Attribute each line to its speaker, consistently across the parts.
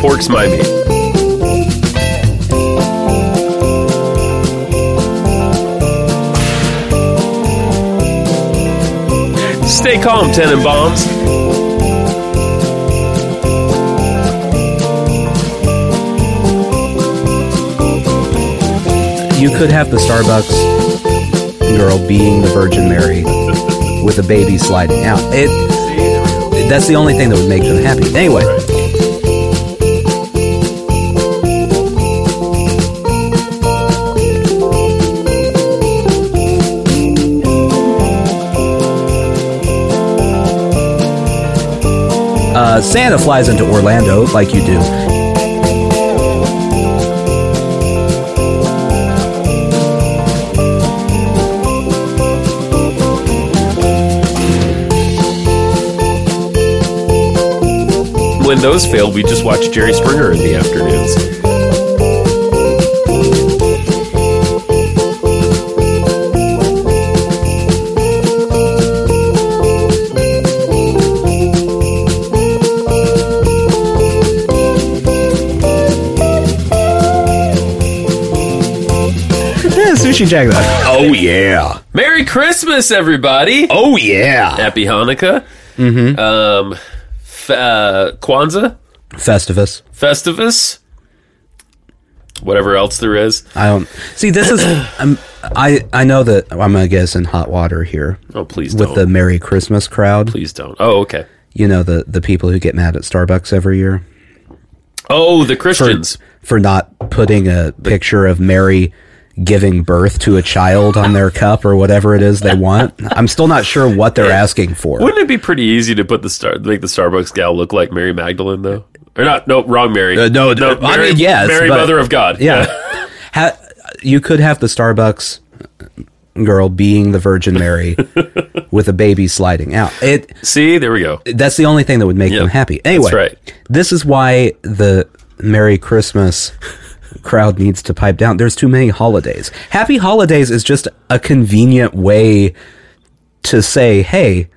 Speaker 1: forks my meat. Stay calm, Tenenbaums.
Speaker 2: You could have the Starbucks girl being the Virgin Mary with a baby sliding out. It that's the only thing that would make them happy. Anyway, uh, Santa flies into Orlando like you do.
Speaker 1: When those fail, we just watch Jerry Springer in the afternoons.
Speaker 2: Yeah, sushi jack though.
Speaker 3: Oh yeah.
Speaker 1: Merry Christmas, everybody!
Speaker 3: Oh yeah.
Speaker 1: Happy Hanukkah. Mm-hmm. Um, f- uh, Kwanzaa,
Speaker 2: Festivus.
Speaker 1: Festivus, whatever else there is.
Speaker 2: I don't see. This is I'm, I. I know that I'm gonna get us in hot water here
Speaker 1: Oh, please
Speaker 2: with
Speaker 1: don't.
Speaker 2: the Merry Christmas crowd.
Speaker 1: please don't. Oh, okay.
Speaker 2: You know the the people who get mad at Starbucks every year
Speaker 1: Oh, the Christians.
Speaker 2: for not putting a picture of Mary giving birth to a child on their cup or whatever it is they want. I'm still not sure what they're asking for.
Speaker 1: Wouldn't it be pretty easy to put the star, make the Starbucks gal look like Mary Magdalene though? Or not? No, wrong Mary.
Speaker 2: Uh, no,
Speaker 1: no.
Speaker 2: uh, I
Speaker 1: Mary-
Speaker 2: mean, yes,
Speaker 1: Mary,
Speaker 2: but-
Speaker 1: Mother of God.
Speaker 2: Yeah. ha- you could have the Starbucks girl being the Virgin Mary with a baby sliding out. It
Speaker 1: See, there we go.
Speaker 2: that's the only thing that would make them happy. Anyway,
Speaker 1: right.
Speaker 2: this is why the Merry Christmas crowd needs to pipe down. There's too many holidays. Happy holidays is just a convenient way to say, "Hey,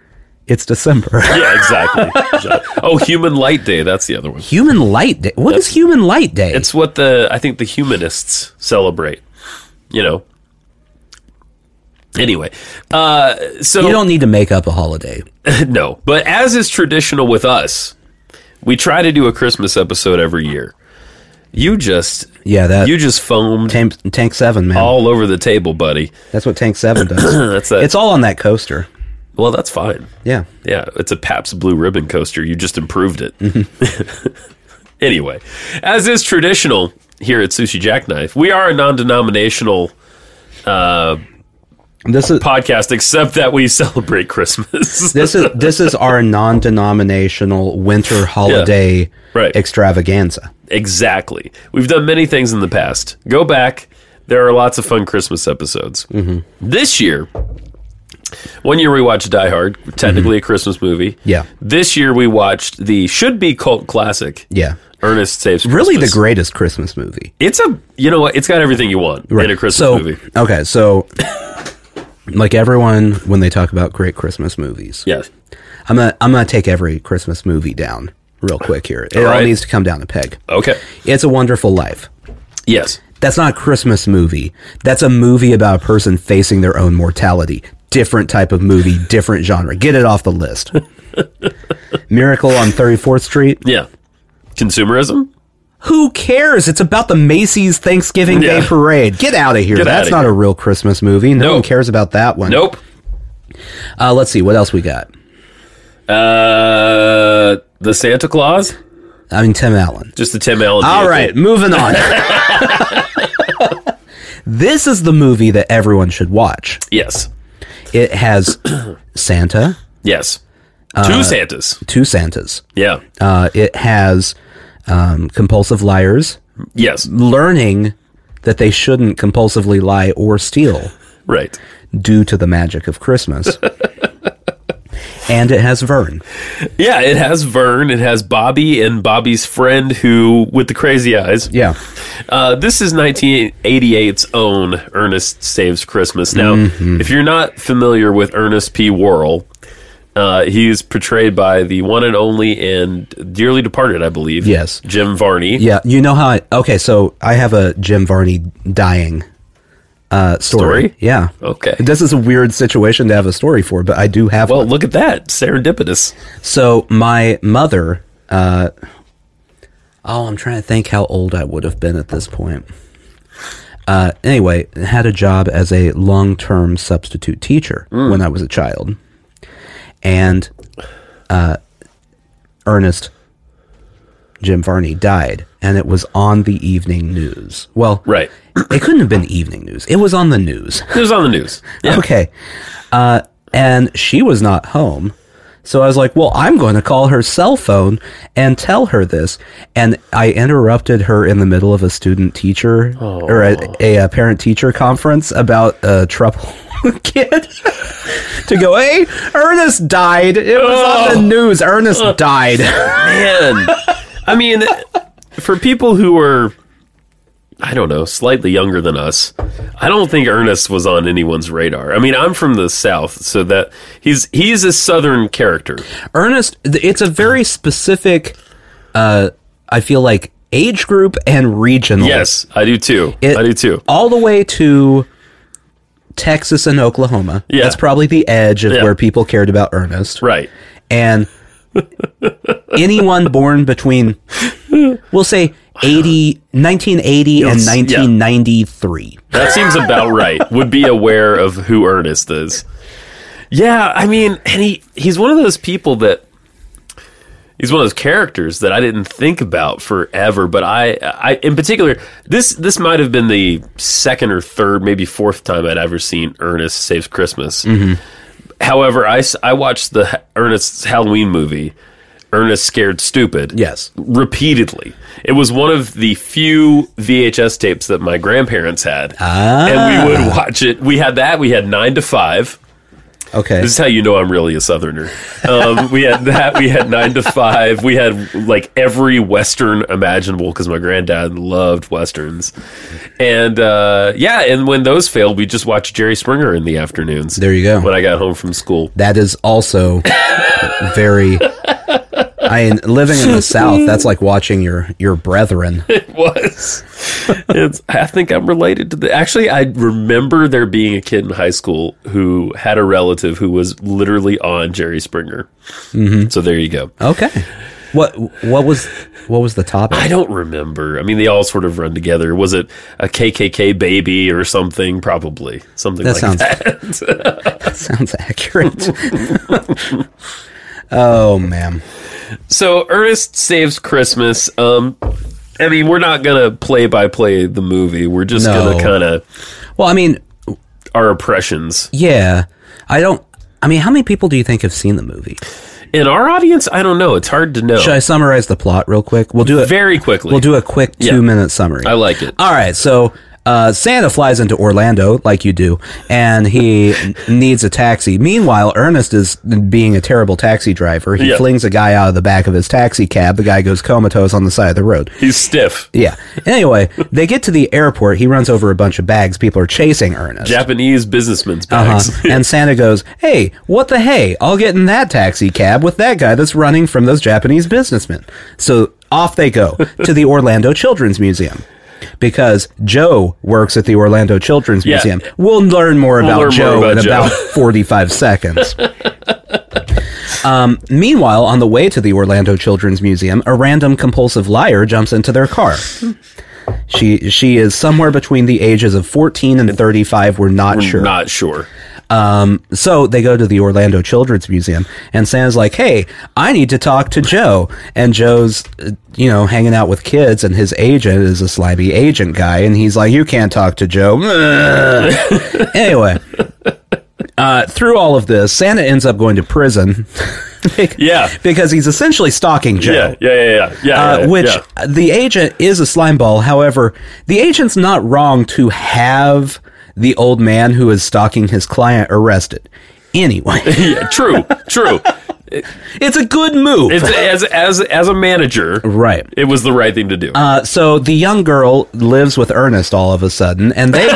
Speaker 2: it's December."
Speaker 1: Yeah, exactly. oh, Human Light Day. That's the other one.
Speaker 2: human Light Day. What is Human Light Day?
Speaker 1: It's what the I think the humanists celebrate. You know. Anyway, uh, so
Speaker 2: you don't need to make up a holiday.
Speaker 1: no, but as is traditional with us, we try to do a Christmas episode every year. You just
Speaker 2: Yeah, that
Speaker 1: you just foamed
Speaker 2: tank, tank 7, man.
Speaker 1: all over the table, buddy.
Speaker 2: That's what Tank 7 does.
Speaker 1: That's that.
Speaker 2: it's all on that coaster.
Speaker 1: well, that's fine.
Speaker 2: Yeah.
Speaker 1: Yeah, it's a Pabst Blue Ribbon coaster. You just improved it. anyway, as is traditional here at Sushi Jackknife, we are a non-denominational
Speaker 2: This is
Speaker 1: podcast, except that we celebrate Christmas.
Speaker 2: this is this is our non-denominational winter holiday
Speaker 1: right.
Speaker 2: extravaganza.
Speaker 1: exactly. We've done many things in the past. Go back. There are lots of fun Christmas episodes. Mm-hmm. This year, one year we watched Die Hard, technically a Christmas movie.
Speaker 2: Mm-hmm. Yeah.
Speaker 1: This year we watched the should be cult classic.
Speaker 2: Yeah.
Speaker 1: Ernest Saves Christmas.
Speaker 2: Really the greatest Christmas movie.
Speaker 1: It's a you know what? It's got everything you want in a Christmas
Speaker 2: so,
Speaker 1: movie.
Speaker 2: Okay, so like everyone when they talk about great Christmas movies.
Speaker 1: Yes.
Speaker 2: I'm gonna I'm gonna take every Christmas movie down real quick here. It all,
Speaker 1: right.
Speaker 2: needs to come down a peg.
Speaker 1: Okay.
Speaker 2: It's a Wonderful Life.
Speaker 1: Yes.
Speaker 2: That's not a Christmas movie. That's a movie about a person facing their own mortality. Different type of movie, different genre. Get it off the list. Miracle on 34th Street.
Speaker 1: Yeah. Consumerism.
Speaker 2: Who cares? It's about the Macy's Thanksgiving
Speaker 1: Yeah.
Speaker 2: Day Parade. Get out of here.
Speaker 1: Get
Speaker 2: That's
Speaker 1: outta
Speaker 2: not
Speaker 1: here.
Speaker 2: a real Christmas movie. No
Speaker 1: Nope.
Speaker 2: one cares about that one.
Speaker 1: Nope.
Speaker 2: Uh, let's see. What else we got?
Speaker 1: Uh, the Santa Claus.
Speaker 2: I mean, Tim Allen.
Speaker 1: Just the Tim Allen.
Speaker 2: All
Speaker 1: vehicle.
Speaker 2: right, moving on. this is the movie that everyone should watch.
Speaker 1: Yes.
Speaker 2: It has Santa,
Speaker 1: Yes.
Speaker 2: Uh,
Speaker 1: Two Santas.
Speaker 2: two Santas.
Speaker 1: Yeah.
Speaker 2: Uh, it has um, compulsive liars
Speaker 1: yes.
Speaker 2: learning that they shouldn't compulsively lie or steal
Speaker 1: Right.
Speaker 2: due to the magic of Christmas. and it has Vern.
Speaker 1: Yeah. It has Vern. It has Bobby and Bobby's friend who, with the crazy eyes.
Speaker 2: Yeah.
Speaker 1: Uh, this is 1988's own
Speaker 2: Mm-hmm.
Speaker 1: Ernest Saves Christmas. Now, if you're not familiar with Ernest P. Worrell, Uh, he is portrayed by the one and only and dearly departed, I believe.
Speaker 2: Yes.
Speaker 1: Jim Varney.
Speaker 2: Yeah, you know how I, okay, so I have a Jim Varney dying uh story. Oh.
Speaker 1: Story?
Speaker 2: Yeah.
Speaker 1: Okay.
Speaker 2: This is a weird situation to have a story for, but I do have
Speaker 1: Well, look at that. Serendipitous.
Speaker 2: So my mother, uh, oh, I'm trying to think how old I would have been at this point. Uh, anyway, had a job as a long term substitute teacher when I was a child, and uh, Ernest Jim Varney died, and it was on the evening news. Well,
Speaker 1: Right.
Speaker 2: it couldn't have been evening news. It was on the news.
Speaker 1: It was on the news. Yeah.
Speaker 2: Okay. Uh, and she was not home. So I was like, well, I'm going to call her cell phone and tell her this. And I interrupted her in the middle of a student teacher or a, a, parent teacher conference about a trouble kid to go, hey, Ernest died. It was on
Speaker 1: Oh.
Speaker 2: the news. Ernest
Speaker 1: Uh.
Speaker 2: died.
Speaker 1: Man. I mean, for people who were, I don't know, slightly younger than us, I don't think Ernest was on anyone's radar. I mean, I'm from the South, so that he's he's a Southern character.
Speaker 2: Ernest, th- it's a very specific, uh, I feel like, age group and regional.
Speaker 1: Yes, I do too.
Speaker 2: It-
Speaker 1: I do too.
Speaker 2: all the way to Texas and Oklahoma.
Speaker 1: Yeah.
Speaker 2: That's probably the edge of
Speaker 1: Yeah.
Speaker 2: where people cared about Ernest.
Speaker 1: Right.
Speaker 2: And anyone born between, we'll say, 80, 1980 and
Speaker 1: Yes, yeah.
Speaker 2: 1993.
Speaker 1: That seems about right. Would be aware of who Ernest is. Yeah, I mean, and he he's one of those people that he's one of those characters that I didn't think about forever, but I I in particular this this might have been the second or third, maybe fourth time I'd ever seen Ernest Saves Christmas. However, I, s- I watched the Ha- Ernest's Halloween movie, Ernest Scared Stupid
Speaker 2: Yes.
Speaker 1: repeatedly. It was one of the few VHS tapes that my grandparents had, and we would watch it. We had that. We had Nine to Five.
Speaker 2: Okay.
Speaker 1: This is how you know I'm really a Southerner. Um, we had that. We had Nine to Five. We had like every Western imaginable because my granddad loved westerns, and uh, yeah. And when those failed, we just watched Jerry Springer in the afternoons.
Speaker 2: There you go.
Speaker 1: When I got home from school.
Speaker 2: That is also very. I mean, living in the South, that's like watching your your brethren.
Speaker 1: was. It's, I think I'm related to the. Actually, I remember there being a kid in high school who had a relative who was literally on Jerry Springer.
Speaker 2: Mm-hmm.
Speaker 1: So there you go.
Speaker 2: Okay, what what was what was the topic?
Speaker 1: I don't remember. I mean, they all sort of run together. Was it a KKK baby or something? Probably something
Speaker 2: That
Speaker 1: like
Speaker 2: sounds-
Speaker 1: that.
Speaker 2: Sounds accurate. oh man.
Speaker 1: so Ernest saves Christmas. Um, I mean, we're not gonna play by play the movie. We're just
Speaker 2: No.
Speaker 1: gonna kind of
Speaker 2: Well, I mean,
Speaker 1: our impressions.
Speaker 2: yeah. I don't I mean, how many people do you think have seen the movie?
Speaker 1: In our audience, I don't know. It's hard to know.
Speaker 2: Should I summarize the plot real quick? We'll do it
Speaker 1: Very quickly.
Speaker 2: We'll do a quick 2-minute summary.
Speaker 1: I like it.
Speaker 2: All right, so uh, Santa flies into Orlando, like you do, and he needs a taxi. Meanwhile, Ernest is being a terrible taxi driver. He
Speaker 1: Yeah.
Speaker 2: flings a guy out of the back of his taxi cab. The guy goes comatose on the side of the road.
Speaker 1: He's stiff.
Speaker 2: Yeah. Anyway, they get to the airport. He runs over a bunch of bags. People are chasing Ernest.
Speaker 1: Japanese businessman's
Speaker 2: Uh-huh.
Speaker 1: bags.
Speaker 2: and Santa goes, "Hey, what the hey? I'll get in that taxi cab with that guy that's running from those Japanese businessmen." So off they go to the Orlando Children's Museum because Joe works at the Orlando Children's
Speaker 1: Yeah.
Speaker 2: Museum. We'll learn more about
Speaker 1: learn more
Speaker 2: Joe
Speaker 1: about
Speaker 2: in
Speaker 1: Joe.
Speaker 2: about forty-five seconds. Um, meanwhile, on the way to the Orlando Children's Museum, a random compulsive liar jumps into their car. She she is somewhere between the ages of 14 and 35. We're not sure.
Speaker 1: Not sure.
Speaker 2: So they go to the Orlando Children's Museum, and Santa's like, "Hey, I need to talk to Joe." And Joe's, uh, you know, hanging out with kids, and his agent is a slimy agent guy, and he's like, "You can't talk to Joe." anyway, uh, through all of this, Santa ends up going to prison.
Speaker 1: Yeah.
Speaker 2: because he's essentially stalking Joe.
Speaker 1: Yeah, yeah, yeah, yeah. yeah,
Speaker 2: Uh,
Speaker 1: yeah,
Speaker 2: which
Speaker 1: yeah.
Speaker 2: uh, the agent is a slime ball. However, the agent's not wrong to have the old man who is stalking his client arrested. Anyway,
Speaker 1: Yeah, true, true.
Speaker 2: it's a good move.
Speaker 1: It's, as as as a manager,
Speaker 2: right.
Speaker 1: it was the right thing to do.
Speaker 2: Uh, so the young girl lives with Ernest all of a sudden, and they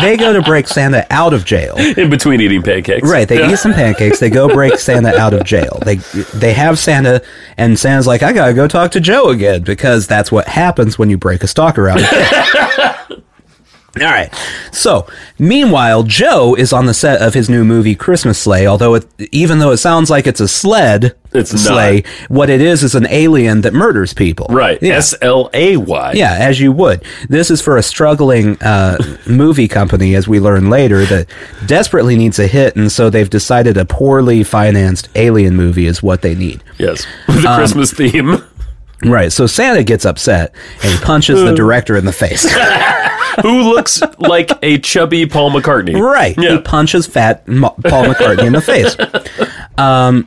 Speaker 2: They go to break Santa out of jail.
Speaker 1: in between eating pancakes.
Speaker 2: Right, they
Speaker 1: Yeah.
Speaker 2: eat some pancakes. They go break Santa out of jail. They they have Santa, and Santa's like, "I gotta go talk to Joe again," because that's what happens when you break a stalker out. of jail. All right. So, meanwhile, Joe is on the set of his new movie Christmas Sleigh. Although, it, even though it sounds like it's a sled,
Speaker 1: It's
Speaker 2: a
Speaker 1: not.
Speaker 2: sleigh. What it is is an alien that murders people.
Speaker 1: Right.
Speaker 2: Yeah.
Speaker 1: S L A Y.
Speaker 2: Yeah, as you would. This is for a struggling uh, movie company, as we learn later, that desperately needs a hit, and so they've decided a poorly financed alien movie is what they need.
Speaker 1: Yes. With a
Speaker 2: Um,
Speaker 1: Christmas theme.
Speaker 2: Right, so Santa gets upset and punches the director in the face.
Speaker 1: Who looks like a chubby Paul McCartney?
Speaker 2: right, he
Speaker 1: Yeah.
Speaker 2: punches fat Mo- Paul McCartney in the face. Um,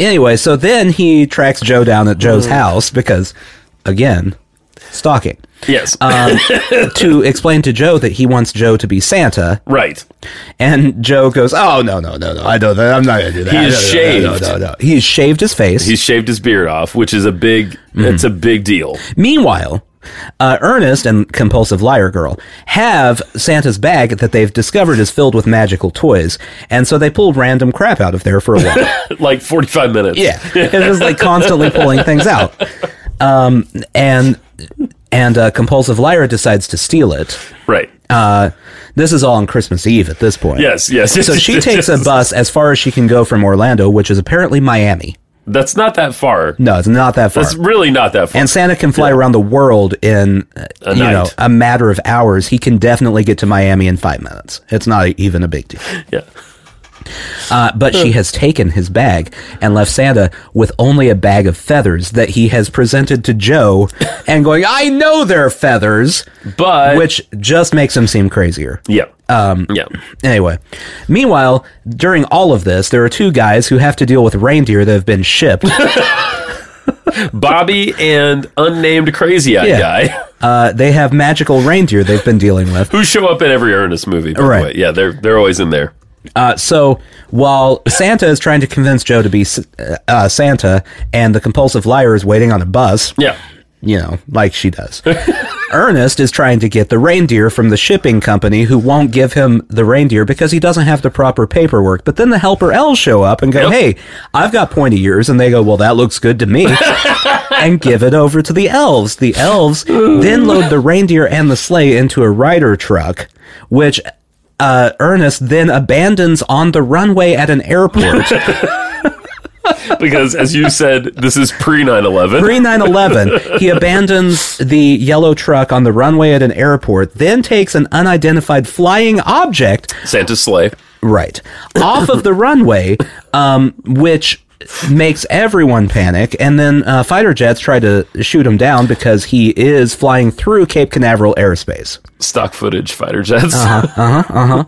Speaker 2: anyway, so then he tracks Joe down at Joe's house because, again, stalking.
Speaker 1: Yes.
Speaker 2: uh, to explain to Joe that he wants Joe to be Santa
Speaker 1: right.
Speaker 2: And Joe goes, "Oh no, no, no, no! I don't. I'm not gonna do that.
Speaker 1: He
Speaker 2: I
Speaker 1: is
Speaker 2: don't-
Speaker 1: shaved.
Speaker 2: No, no, no, no. He has shaved his face.
Speaker 1: He's shaved his beard off, which is a big.
Speaker 2: Mm-hmm.
Speaker 1: It's a big deal.
Speaker 2: Meanwhile, uh, Ernest and compulsive liar girl have Santa's bag that they've discovered is filled with magical toys, and so they pulled random crap out of there for a while.
Speaker 1: Like forty-five minutes.
Speaker 2: Yeah, it's just like constantly pulling things out. Um, and and uh, compulsive liar decides to steal it.
Speaker 1: Right.
Speaker 2: Uh, this is all on Christmas Eve at this point.
Speaker 1: yes. Yes.
Speaker 2: So she takes a bus as far as she can go from Orlando, which is apparently Miami.
Speaker 1: That's not that far.
Speaker 2: No, it's not that far.
Speaker 1: That's really not that far.
Speaker 2: and Santa can fly around the world in uh,
Speaker 1: A
Speaker 2: you know
Speaker 1: night.
Speaker 2: a matter of hours. He can definitely get to Miami in five minutes. It's not even a big deal.
Speaker 1: yeah.
Speaker 2: Uh, but she has taken his bag and left Santa with only a bag of feathers that he has presented to Joe, and going, "I know they're feathers,"
Speaker 1: But
Speaker 2: which just makes him seem crazier.
Speaker 1: Yeah. Um. Yeah.
Speaker 2: Anyway, meanwhile, during all of this, there are two guys who have to deal with reindeer that have been shipped.
Speaker 1: Bobby and unnamed crazy eye
Speaker 2: Yeah.
Speaker 1: guy
Speaker 2: Uh, they have magical reindeer they've been dealing with.
Speaker 1: who show up in every Ernest movie. By
Speaker 2: Right.
Speaker 1: The way. Yeah. They're they're always in there.
Speaker 2: Uh, so while Santa is trying to convince Joe to be S- uh, uh, Santa, and the compulsive liar is waiting on a bus,
Speaker 1: Yeah.
Speaker 2: you know, like she does, Ernest is trying to get the reindeer from the shipping company who won't give him the reindeer because he doesn't have the proper paperwork. But then the helper elves show up and go, "Hey, I've got pointy ears," and they go, "Well, that looks good to me," and give it over to the elves. The elves then load the reindeer and the sleigh into a rider truck, which uh, Ernest then abandons on the runway at an airport.
Speaker 1: Because as you said, this is pre 9-11.
Speaker 2: Pre 9 11, he abandons the yellow truck on the runway at an airport, then takes an unidentified flying object,
Speaker 1: Santa's sleigh.
Speaker 2: right, off of the runway, um, which makes everyone panic. And then uh, fighter jets try to shoot him down because he is flying through Cape Canaveral airspace.
Speaker 1: Stock footage fighter jets.
Speaker 2: Uh-huh.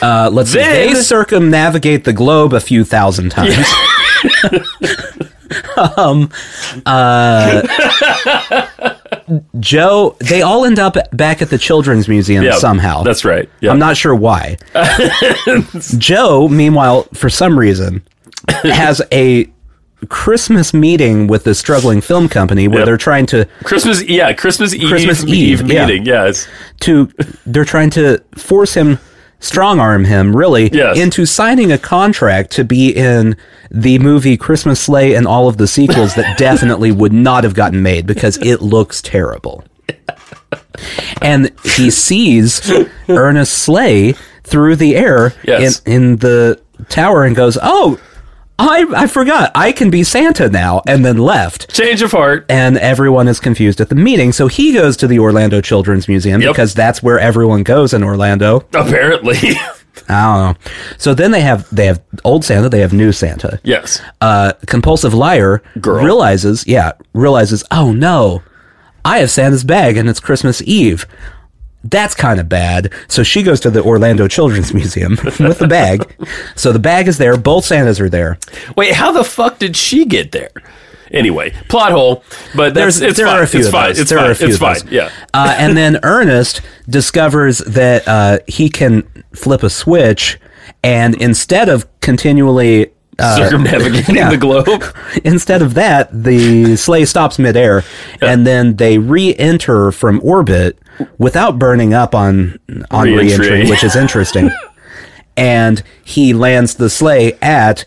Speaker 2: Uh, let's see.
Speaker 1: Then-
Speaker 2: They circumnavigate the globe a few thousand times. um, uh, Joe, they all end up back at the Children's Museum
Speaker 1: Yeah,
Speaker 2: somehow.
Speaker 1: That's right. Yeah.
Speaker 2: I'm not sure why. Joe, meanwhile, for some reason, has a Christmas meeting with the struggling film company where
Speaker 1: Yep.
Speaker 2: they're trying to
Speaker 1: Christmas. Yeah. Christmas Eve.
Speaker 2: Christmas
Speaker 1: Eve,
Speaker 2: Eve, yeah.
Speaker 1: meeting. Yes.
Speaker 2: to they're trying to force him strong arm him really
Speaker 1: Yes.
Speaker 2: into signing a contract to be in the movie Christmas Sleigh and all of the sequels that definitely would not have gotten made because it looks terrible. And he sees Ernest Sleigh through the air
Speaker 1: Yes.
Speaker 2: in in the tower and goes, "Oh, I I forgot. I can be Santa now." And then left
Speaker 1: Change of heart.
Speaker 2: and everyone is confused at the meeting. So he goes to the Orlando Children's Museum
Speaker 1: Yep.
Speaker 2: because that's where everyone goes in Orlando.
Speaker 1: Apparently.
Speaker 2: I don't know. So then they have they have old Santa, they have new Santa.
Speaker 1: yes.
Speaker 2: Uh, compulsive liar
Speaker 1: Girl.
Speaker 2: realizes, yeah, realizes, oh no, I have Santa's bag and it's Christmas Eve. That's kind of bad. So she goes to the Orlando Children's Museum with the bag. So the bag is there. Both Santas are there.
Speaker 1: Wait, how the fuck did she get there? Anyway, plot hole. But that's,
Speaker 2: There's-
Speaker 1: it's
Speaker 2: there
Speaker 1: fine.
Speaker 2: are a few
Speaker 1: it's
Speaker 2: of
Speaker 1: fine.
Speaker 2: those.
Speaker 1: It's
Speaker 2: there
Speaker 1: fine.
Speaker 2: are a few
Speaker 1: it's
Speaker 2: of
Speaker 1: fine.
Speaker 2: those.
Speaker 1: Yeah.
Speaker 2: Uh, and then Ernest discovers that uh, he can flip a switch, and instead of continually
Speaker 1: circumnavigating
Speaker 2: yeah.
Speaker 1: the globe.
Speaker 2: Instead of that, the sleigh stops midair, and then they re-enter from orbit without burning up on on
Speaker 1: Re-entry.
Speaker 2: re-entry, which is interesting. and he lands the sleigh at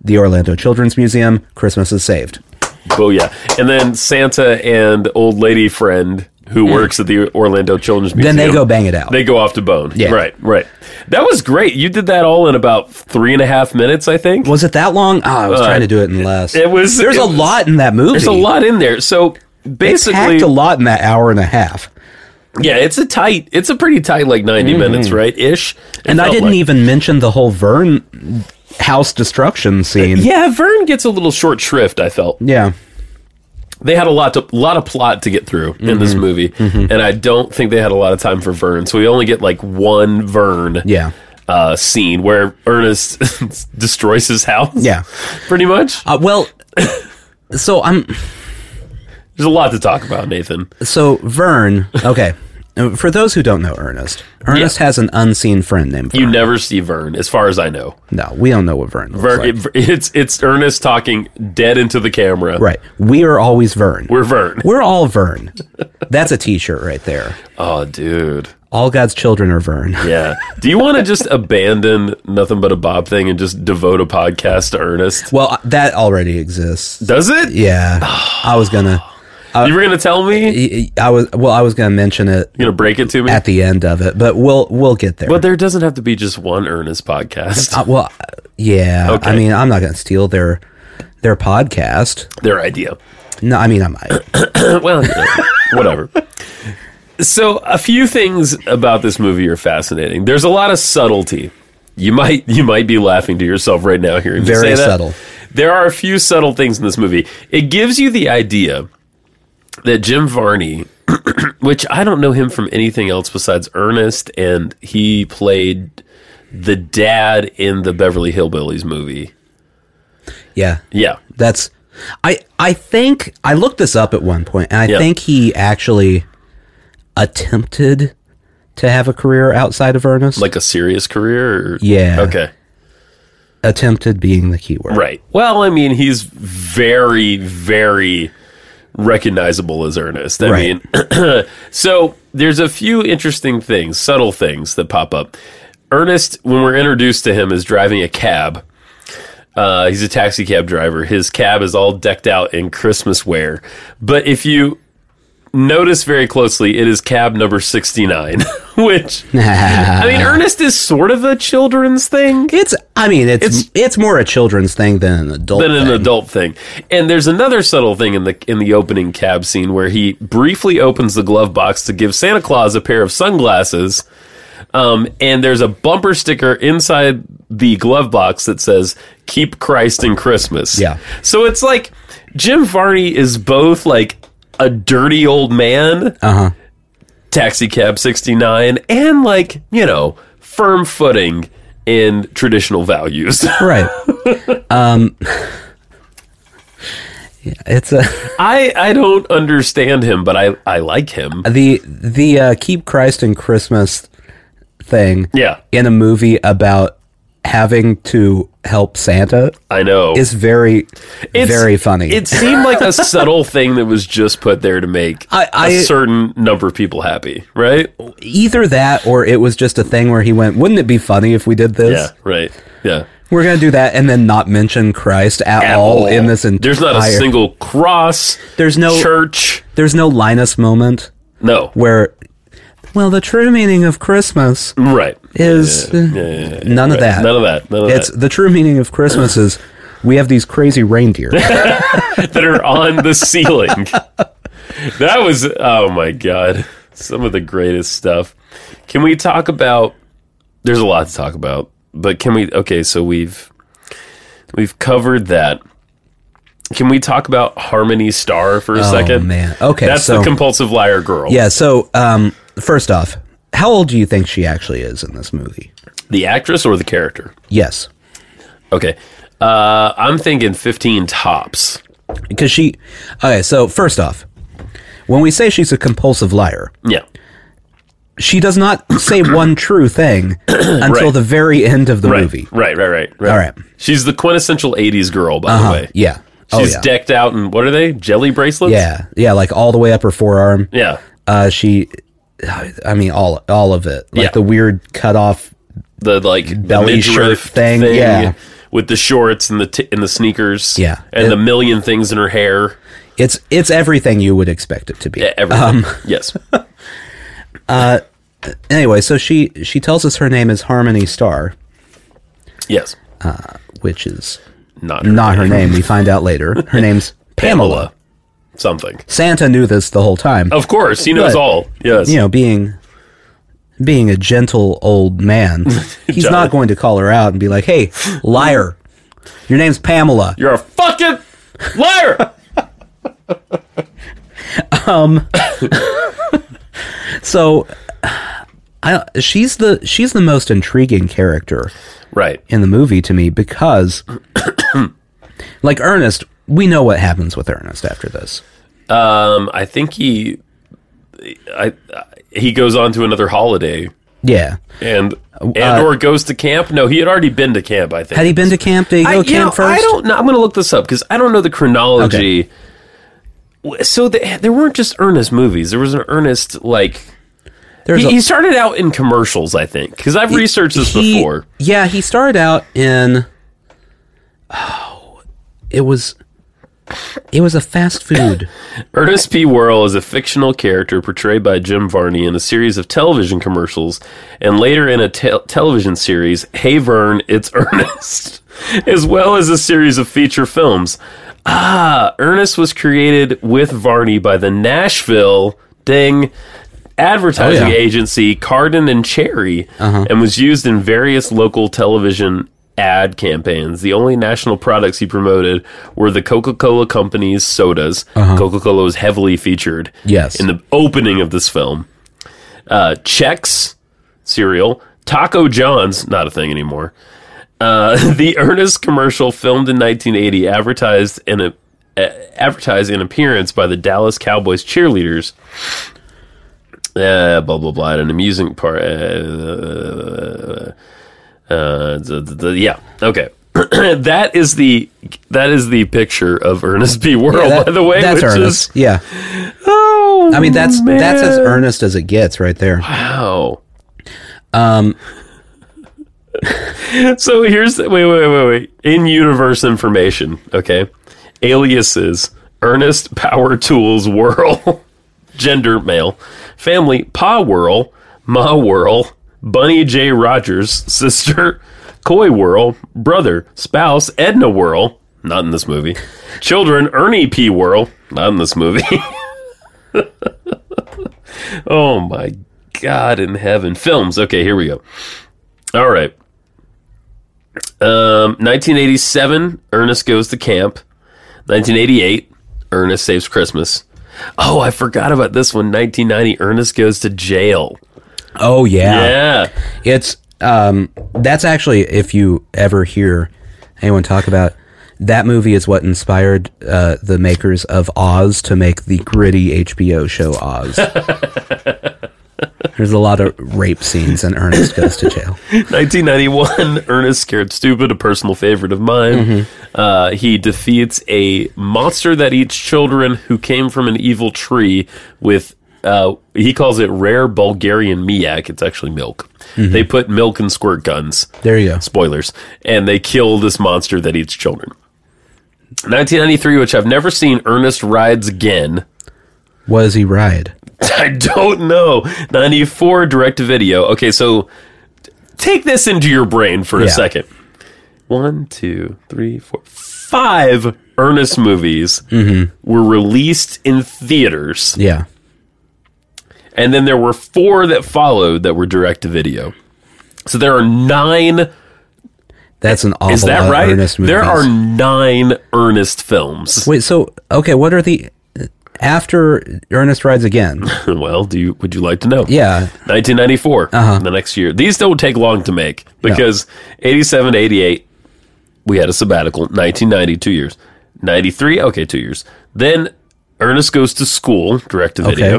Speaker 2: the Orlando Children's Museum. Christmas is saved.
Speaker 1: Booyah. And then Santa and old lady friend who works at the Orlando Children's Museum.
Speaker 2: Hmm. Then they go bang it out.
Speaker 1: They go off to bone.
Speaker 2: Yeah.
Speaker 1: Right, right. That was great. You did that all in about three and a half minutes, I think.
Speaker 2: was it that long? Ah, I was trying to do it in less.
Speaker 1: it was-
Speaker 2: There's
Speaker 1: it
Speaker 2: a
Speaker 1: was-
Speaker 2: lot in that movie.
Speaker 1: There's a lot in there. So basically,
Speaker 2: Packed a lot in that hour and a half.
Speaker 1: yeah, it's a tight, it's a pretty tight, like 90 minutes, right? Ish. It
Speaker 2: Mm-hmm. And I
Speaker 1: felt
Speaker 2: didn't
Speaker 1: like.
Speaker 2: even mention the whole Vern house destruction scene.
Speaker 1: Yeah, Vern gets a little short shrift, I felt.
Speaker 2: yeah.
Speaker 1: They had a lot to lot of plot to get through in this
Speaker 2: Mm-hmm.
Speaker 1: movie, and I don't think they had a lot of time for Vern. So we only get like one Vern
Speaker 2: Yeah.
Speaker 1: uh, scene where Ernest destroys his house.
Speaker 2: Yeah.
Speaker 1: Pretty much.
Speaker 2: Uh, well, so I'm
Speaker 1: There's a lot to talk about, Nathan.
Speaker 2: so Vern. Okay, Uh, for those who don't know Ernest, Ernest has an unseen friend named Vern.
Speaker 1: You never see Vern, as far as I know.
Speaker 2: no, we don't know what Vern looks
Speaker 1: Vern,
Speaker 2: like.
Speaker 1: it- it's it's Ernest talking dead into the camera.
Speaker 2: right, we are always Vern.
Speaker 1: We're Vern.
Speaker 2: We're all Vern. That's a T-shirt right there.
Speaker 1: Oh, dude.
Speaker 2: All God's children are Vern.
Speaker 1: Yeah. Do you want to just abandon nothing but a Bob thing and just devote a podcast to Ernest?
Speaker 2: Well, that already exists.
Speaker 1: Does it?
Speaker 2: Yeah, Uh, I was gonna.
Speaker 1: you were gonna tell me? You're
Speaker 2: I I was well. I was gonna mention it
Speaker 1: gonna break it to me?
Speaker 2: at the end of it, but we'll we'll get there.
Speaker 1: but there doesn't have to be just one Ernest podcast.
Speaker 2: Uh, well, uh, yeah.
Speaker 1: Okay.
Speaker 2: I mean, I'm not gonna steal their their podcast.
Speaker 1: Their idea.
Speaker 2: No, I mean I might.
Speaker 1: well, you know, whatever. So, a few things about this movie are fascinating. There's a lot of subtlety. You might you might be laughing to yourself right now hearing me
Speaker 2: Very
Speaker 1: say that.
Speaker 2: subtle.
Speaker 1: There are a few subtle things in this movie. It gives you the idea that Jim Varney, which I don't know him from anything else besides Ernest, and he played the dad in the Beverly Hillbillies movie.
Speaker 2: Yeah,
Speaker 1: Yeah,
Speaker 2: that's. I I think I looked this up at one point, and I
Speaker 1: Yeah.
Speaker 2: think he actually attempted to have a career outside of Ernest.
Speaker 1: like a serious career. Or?
Speaker 2: Yeah.
Speaker 1: Okay.
Speaker 2: attempted being the key word.
Speaker 1: Right. Well, I mean, he's very, very recognizable as Ernest. I
Speaker 2: Right.
Speaker 1: mean, so there's a few interesting things, subtle things that pop up. Ernest, when we're introduced to him, is driving a cab. Uh, he's a taxi cab driver. His cab is all decked out in Christmas wear. But if you notice very closely, it is cab number 69, which, I mean, Ernest is sort of a children's thing.
Speaker 2: It's. I mean, it's, it's more a children's thing than an adult.
Speaker 1: than an
Speaker 2: thing.
Speaker 1: adult thing. And there's another subtle thing in the in the opening cab scene where he briefly opens the glove box to give Santa Claus a pair of sunglasses. Um, and there's a bumper sticker inside the glove box that says "Keep Christ in Christmas."
Speaker 2: Yeah.
Speaker 1: So it's like Jim Varney is both like a dirty old man,
Speaker 2: Uh-huh.
Speaker 1: taxi cab sixty nine, and like you know firm footing in traditional values.
Speaker 2: right. um. yeah, it's a.
Speaker 1: I I don't understand him, but I I like him.
Speaker 2: the the uh, keep Christ in Christmas thing
Speaker 1: Yeah,
Speaker 2: in a movie about having to help Santa
Speaker 1: I know.
Speaker 2: is very very funny.
Speaker 1: It seemed like a subtle thing that was just put there to make a
Speaker 2: I- I-
Speaker 1: certain number of people happy, right?
Speaker 2: Either that or it was just a thing where he went, "Wouldn't it be funny if we did
Speaker 1: Yeah,
Speaker 2: this?
Speaker 1: right. Yeah.
Speaker 2: We're going to do that and then not mention Christ at, all, in this entire
Speaker 1: There's not a single cross.
Speaker 2: There's no-
Speaker 1: church.
Speaker 2: There's no Linus moment
Speaker 1: No.
Speaker 2: where well, the true meaning of Christmas
Speaker 1: Right.
Speaker 2: is none of that.
Speaker 1: None of that. None of
Speaker 2: it's the true meaning of Christmas is we have these crazy reindeer.
Speaker 1: that. That are on the ceiling. that was oh my god. Some of the greatest stuff. Can we talk about there's a lot to talk about, but can we okay, so we've we've covered that. Can we talk about Harmony Star for a second?
Speaker 2: Oh, man. Okay,
Speaker 1: That's the
Speaker 2: so-
Speaker 1: compulsive liar girl.
Speaker 2: Yeah, so um, first off, how old do you think she actually is in this movie?
Speaker 1: The actress or the character?
Speaker 2: Yes,
Speaker 1: Okay. Uh, I'm thinking 15 tops.
Speaker 2: because she. Okay, so first off, when we say she's a compulsive liar,
Speaker 1: Yeah.
Speaker 2: she does not say one true thing until
Speaker 1: Right.
Speaker 2: the very end of the
Speaker 1: Right,
Speaker 2: movie.
Speaker 1: right, right, right, right.
Speaker 2: All right.
Speaker 1: She's the quintessential '80s girl, by the way.
Speaker 2: Yeah. oh
Speaker 1: She's
Speaker 2: yeah.
Speaker 1: decked out in what are they? Jelly bracelets.
Speaker 2: Yeah. Yeah, like all the way up her forearm.
Speaker 1: yeah.
Speaker 2: Uh she I mean all all of it. Like
Speaker 1: Yeah.
Speaker 2: the weird cut off
Speaker 1: The like
Speaker 2: Belly
Speaker 1: midriff
Speaker 2: shirt thing, yeah.
Speaker 1: With the shorts and the t- and the sneakers,
Speaker 2: Yeah.
Speaker 1: and
Speaker 2: It-
Speaker 1: the million things in her hair,
Speaker 2: it's it's everything you would expect it to be.
Speaker 1: Yeah, everything.
Speaker 2: Um,
Speaker 1: yes,
Speaker 2: Anyway, so she she tells us her name is Harmony Star,
Speaker 1: yes,
Speaker 2: which is
Speaker 1: not her
Speaker 2: not her name. We find out later. Her name's Pamela.
Speaker 1: something.
Speaker 2: Santa knew this the whole time.
Speaker 1: Of course, he knows
Speaker 2: But-
Speaker 1: all. Yes,
Speaker 2: You know, being being a gentle old man, he's
Speaker 1: John.
Speaker 2: not going to call her out and be like, "Hey, liar, your name's Pamela."
Speaker 1: you're a fucking liar.
Speaker 2: So, I she's the she's the most intriguing character
Speaker 1: right.
Speaker 2: in the movie to me because, like Ernest, we know what happens with Ernest after this.
Speaker 1: Um, I think he, I, I- he goes on to another holiday
Speaker 2: Yeah,
Speaker 1: and
Speaker 2: Uh,
Speaker 1: and or goes to camp. No, he had already been to camp. I think.
Speaker 2: had he been to camp? Did he
Speaker 1: I,
Speaker 2: go
Speaker 1: you
Speaker 2: camp
Speaker 1: know,
Speaker 2: first?
Speaker 1: I don't know. I'm going to look this up because I don't know the chronology. W So the, there weren't just Ernest movies. There was an Ernest like
Speaker 2: There's
Speaker 1: he,
Speaker 2: a-
Speaker 1: he started out in commercials. I think because I've researched this
Speaker 2: he-
Speaker 1: before.
Speaker 2: Yeah, he started out in. Oh, it was. It was a fast food.
Speaker 1: Ernest P. Worrell is a fictional character portrayed by Jim Varney in a series of television commercials and later in a tel television series, Hey Vern, It's Ernest, as well as a series of feature films. Ah, Ernest was created with Varney by the Nashville ding advertising
Speaker 2: Oh, yeah. Uh-huh.
Speaker 1: agency Cardin and Cherry and was used in various local television ad campaigns. The only national products he promoted were the Coca-Cola company's sodas. Coca-Cola was heavily featured
Speaker 2: Uh-huh. Yes.
Speaker 1: in the opening of this film. Uh Chex cereal, Taco John's, not a thing anymore. Uh, the Ernest commercial filmed in 1980 advertised an uh, advertised an appearance by the Dallas Cowboys cheerleaders. Uh, blah blah blah. At an amusing part. Uh, uh, the, the, the- yeah. Okay. that is the that is the picture of Ernest B. Worrell,
Speaker 2: That-
Speaker 1: Oh, by the way.
Speaker 2: that's
Speaker 1: which
Speaker 2: Ernest.
Speaker 1: Is,
Speaker 2: yeah,
Speaker 1: oh,
Speaker 2: I mean that's that's as
Speaker 1: man.
Speaker 2: earnest as it gets, right there.
Speaker 1: Wow. Um. so here's the, wait, wait, wait, wait. In universe information, okay. Aliases: Ernest Power Tools Whirl, gender male, family Pa Whirl, Ma Whirl, Bunny J Rogers, sister Coy Whirl, brother, spouse Edna Whirl. Not in this movie. Children Ernie P Whirl. Not in this movie. Oh my God in heaven. Films. Okay, here we go. All right. Um, 1987, Ernest Goes to Camp. 1988, Ernest Saves Christmas. Oh, I forgot about this one. 1990, Ernest Goes to Jail.
Speaker 2: Oh yeah,
Speaker 1: Yeah.
Speaker 2: it's um that's actually if you ever hear anyone talk about that movie is what inspired uh, the makers of Oz to make the gritty HBO show Oz. There's a lot of rape scenes and Ernest goes to jail.
Speaker 1: 1991, Ernest Scared Stupid, a personal favorite of mine. Uh, he defeats a monster that eats children who came from an evil tree with, uh, he calls it rare Bulgarian miak. It's actually milk. They put milk in squirt guns.
Speaker 2: There you go.
Speaker 1: Spoilers. And they kill this monster that eats children. 1993, which I've never seen, Ernest Rides Again.
Speaker 2: What does he ride?
Speaker 1: I don't know. 94 direct to video. Okay, so take this into your brain for a
Speaker 2: Yeah.
Speaker 1: second. One, two, three, four, five Ernest movies
Speaker 2: Mm-hmm.
Speaker 1: were released in theaters.
Speaker 2: Yeah.
Speaker 1: And then there were four that followed that were direct to video. So there are nine.
Speaker 2: That's an awful
Speaker 1: Is that
Speaker 2: lot
Speaker 1: right?
Speaker 2: of Ernest movies.
Speaker 1: There are nine Ernest films.
Speaker 2: Wait, so okay, what are the after Ernest rides again?
Speaker 1: well, do you would you like to know?
Speaker 2: Yeah.
Speaker 1: 1994, the next year. These don't take long to make because 87 to 88, we had a sabbatical. 1990, two years. 93, okay, two years. Then Ernest goes to school, direct to video.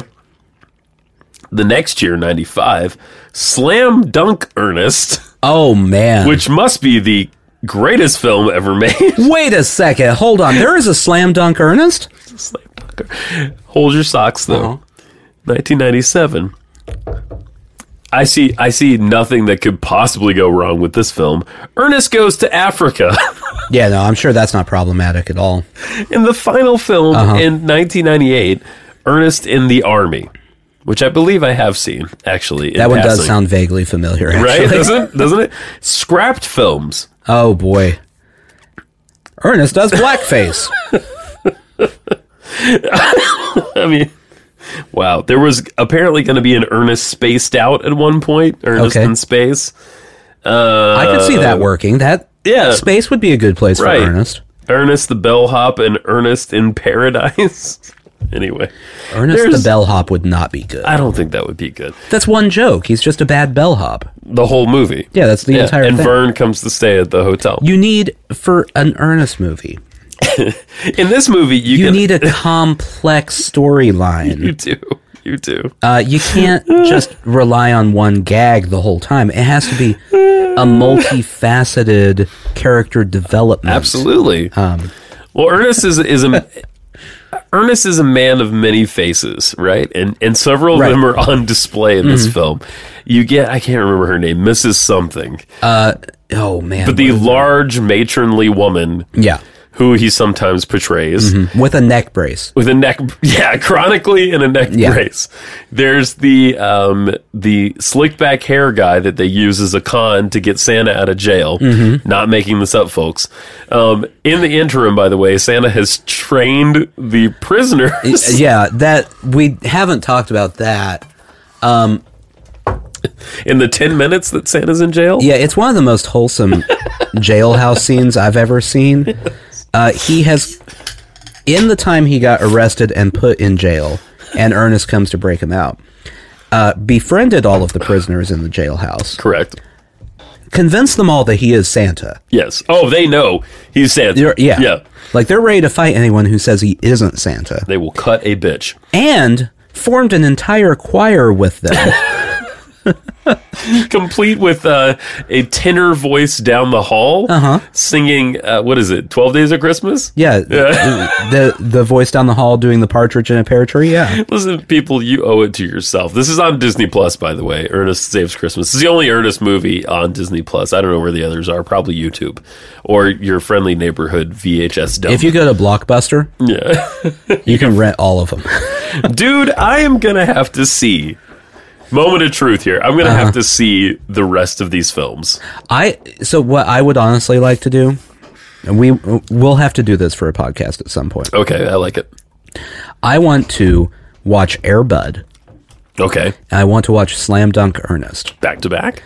Speaker 1: the next year, 95, Slam Dunk Ernest,
Speaker 2: Oh man.
Speaker 1: which must be the greatest film ever made.
Speaker 2: Wait a second. Hold on. There is a slam dunk Ernest?
Speaker 1: Slam Dunk Ernest. Hold your socks, though.
Speaker 2: Uh-huh.
Speaker 1: 1997. I see. I see nothing that could possibly go wrong with this film. Ernest goes to Africa
Speaker 2: Yeah, no, I'm sure that's not problematic at all.
Speaker 1: in the final film
Speaker 2: Uh-huh.
Speaker 1: in 1998. Ernest in the Army, which I believe I have seen actually. in
Speaker 2: That one does
Speaker 1: passing.
Speaker 2: sound vaguely familiar,
Speaker 1: right,
Speaker 2: actually.
Speaker 1: doesn't it? Doesn't it? Scrapped films.
Speaker 2: Oh boy. Ernest does blackface.
Speaker 1: I mean, wow. There was apparently going to be an Ernest spaced out at one point. Ernest
Speaker 2: Okay.
Speaker 1: in space.
Speaker 2: I could see that working. That
Speaker 1: Uh, yeah.
Speaker 2: space would be a good place
Speaker 1: Right.
Speaker 2: for Ernest.
Speaker 1: Ernest the bellhop and Ernest in paradise. anyway,
Speaker 2: Ernest
Speaker 1: There's-
Speaker 2: the bellhop would not be good.
Speaker 1: I don't think that would be good.
Speaker 2: That's one joke. He's just a bad bellhop.
Speaker 1: The whole movie.
Speaker 2: Yeah, that's the entire
Speaker 1: and
Speaker 2: thing.
Speaker 1: Vern comes to stay at the hotel.
Speaker 2: you need for an Ernest movie.
Speaker 1: In this movie, you,
Speaker 2: You
Speaker 1: can,
Speaker 2: need a complex storyline.
Speaker 1: you do you do.
Speaker 2: Uh, you can't just rely on one gag the whole time. It has to be a multifaceted character development.
Speaker 1: Absolutely.
Speaker 2: um,
Speaker 1: well, Ernest is is a Ernest is a man of many faces, right? And and several
Speaker 2: Right. Mm-hmm.
Speaker 1: of them are on display in this film. You get I can't remember her name, Mrs. Something,
Speaker 2: Oh man.
Speaker 1: but the large matronly woman
Speaker 2: yeah, Hmm.
Speaker 1: who he sometimes portrays
Speaker 2: with a neck brace.
Speaker 1: with a neck, yeah, chronically in a neck
Speaker 2: Yeah.
Speaker 1: brace. There's the um the slick back hair guy that they use as a con to get Santa out of jail.
Speaker 2: Mm-hmm.
Speaker 1: Not making this up, folks. Um, in the interim, by the way, Santa has trained the prisoners.
Speaker 2: Yeah, that we haven't talked about that.
Speaker 1: in the 10 minutes that Santa's in jail?
Speaker 2: Yeah, it's one of the most wholesome jailhouse scenes I've ever seen. Uh, he has, in the time he got arrested and put in jail, and Ernest comes to break him out, uh, befriended all of the prisoners in the jailhouse,
Speaker 1: Correct.
Speaker 2: convinced them all that he is Santa.
Speaker 1: Yes. Oh, they know he's Santa.
Speaker 2: They're- yeah.
Speaker 1: Yeah.
Speaker 2: Like they're ready to fight anyone who says he isn't Santa.
Speaker 1: They will cut a bitch.
Speaker 2: And formed an entire choir with them.
Speaker 1: complete with uh, a tenor voice down the hall singing uh, what is it 12 days of christmas
Speaker 2: Uh-huh. yeah. the the voice down the hall doing the partridge in a pear tree. Yeah.
Speaker 1: listen people you owe it to yourself this is on disney plus by the way ernest saves christmas this is the only ernest movie on disney plus i don't know where the others are probably youtube or your friendly neighborhood vhs dump.
Speaker 2: If you go to Blockbuster,
Speaker 1: yeah
Speaker 2: you can rent all of them.
Speaker 1: dude i am gonna have to see moment of truth here i'm gonna
Speaker 2: Uh-huh.
Speaker 1: have to see the rest of these films
Speaker 2: I so what I would honestly like to do, and we we'll have to do this for a podcast at some point.
Speaker 1: okay i like it
Speaker 2: I want to watch Airbud.
Speaker 1: okay
Speaker 2: And I want to watch Slam Dunk Ernest.
Speaker 1: back to back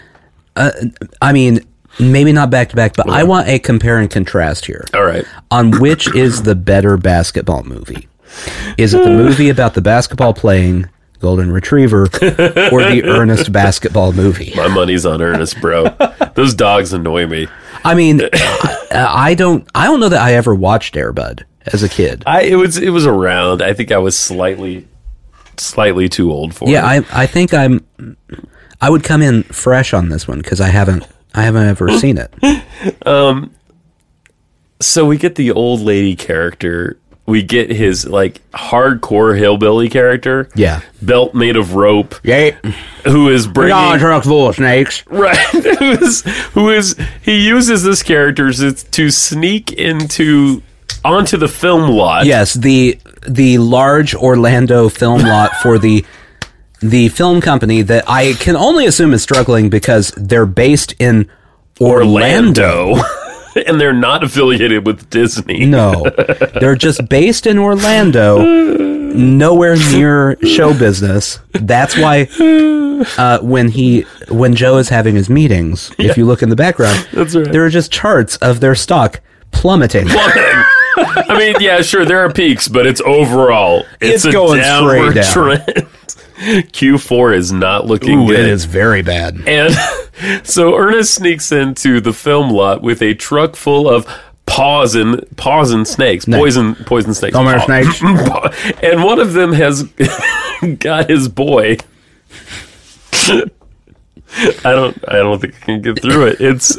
Speaker 2: I mean, maybe not back to back, but I want a compare and contrast here.
Speaker 1: all right
Speaker 2: on which is the better basketball movie. Is it the movie about the basketball playing golden retriever or the earnest basketball movie?
Speaker 1: My money's on Ernest, bro. Those dogs annoy me.
Speaker 2: I mean, I, I don't I don't know that I ever watched Airbud as a kid.
Speaker 1: I it was it was around. I think I was slightly slightly too old for
Speaker 2: Yeah,
Speaker 1: it.
Speaker 2: I I think I'm I would come in fresh on this one cuz I haven't I haven't ever seen it.
Speaker 1: So we get the old lady character. We get his like hardcore hillbilly character.
Speaker 2: Yeah.
Speaker 1: Belt made of rope
Speaker 2: Yeah.
Speaker 1: who is bringing
Speaker 2: snakes.
Speaker 1: Right. who is who is he uses this character s- to sneak into onto the film lot.
Speaker 2: Yes, the the large Orlando film lot for the the film company that I can only assume is struggling because they're based in Orlando.
Speaker 1: Orlando. and they're not affiliated with Disney.
Speaker 2: No, they're just based in Orlando, nowhere near show business. That's why uh, when he when Joe is having his meetings, if you look in the background,
Speaker 1: That's right.
Speaker 2: there are just charts of their stock plummeting.
Speaker 1: I mean, yeah, sure, there are peaks, but it's overall it's,
Speaker 2: It's
Speaker 1: a
Speaker 2: going
Speaker 1: downward
Speaker 2: straight
Speaker 1: trend. Q4 is not looking
Speaker 2: Ooh,
Speaker 1: good.
Speaker 2: it is very bad.
Speaker 1: And so Ernest sneaks into the film lot with a truck full of poison poison snakes, poison poison snakes,
Speaker 2: Don't matter
Speaker 1: Paw-
Speaker 2: snakes.
Speaker 1: and one of them has got his boy I don't. I don't think I can get through it. It's.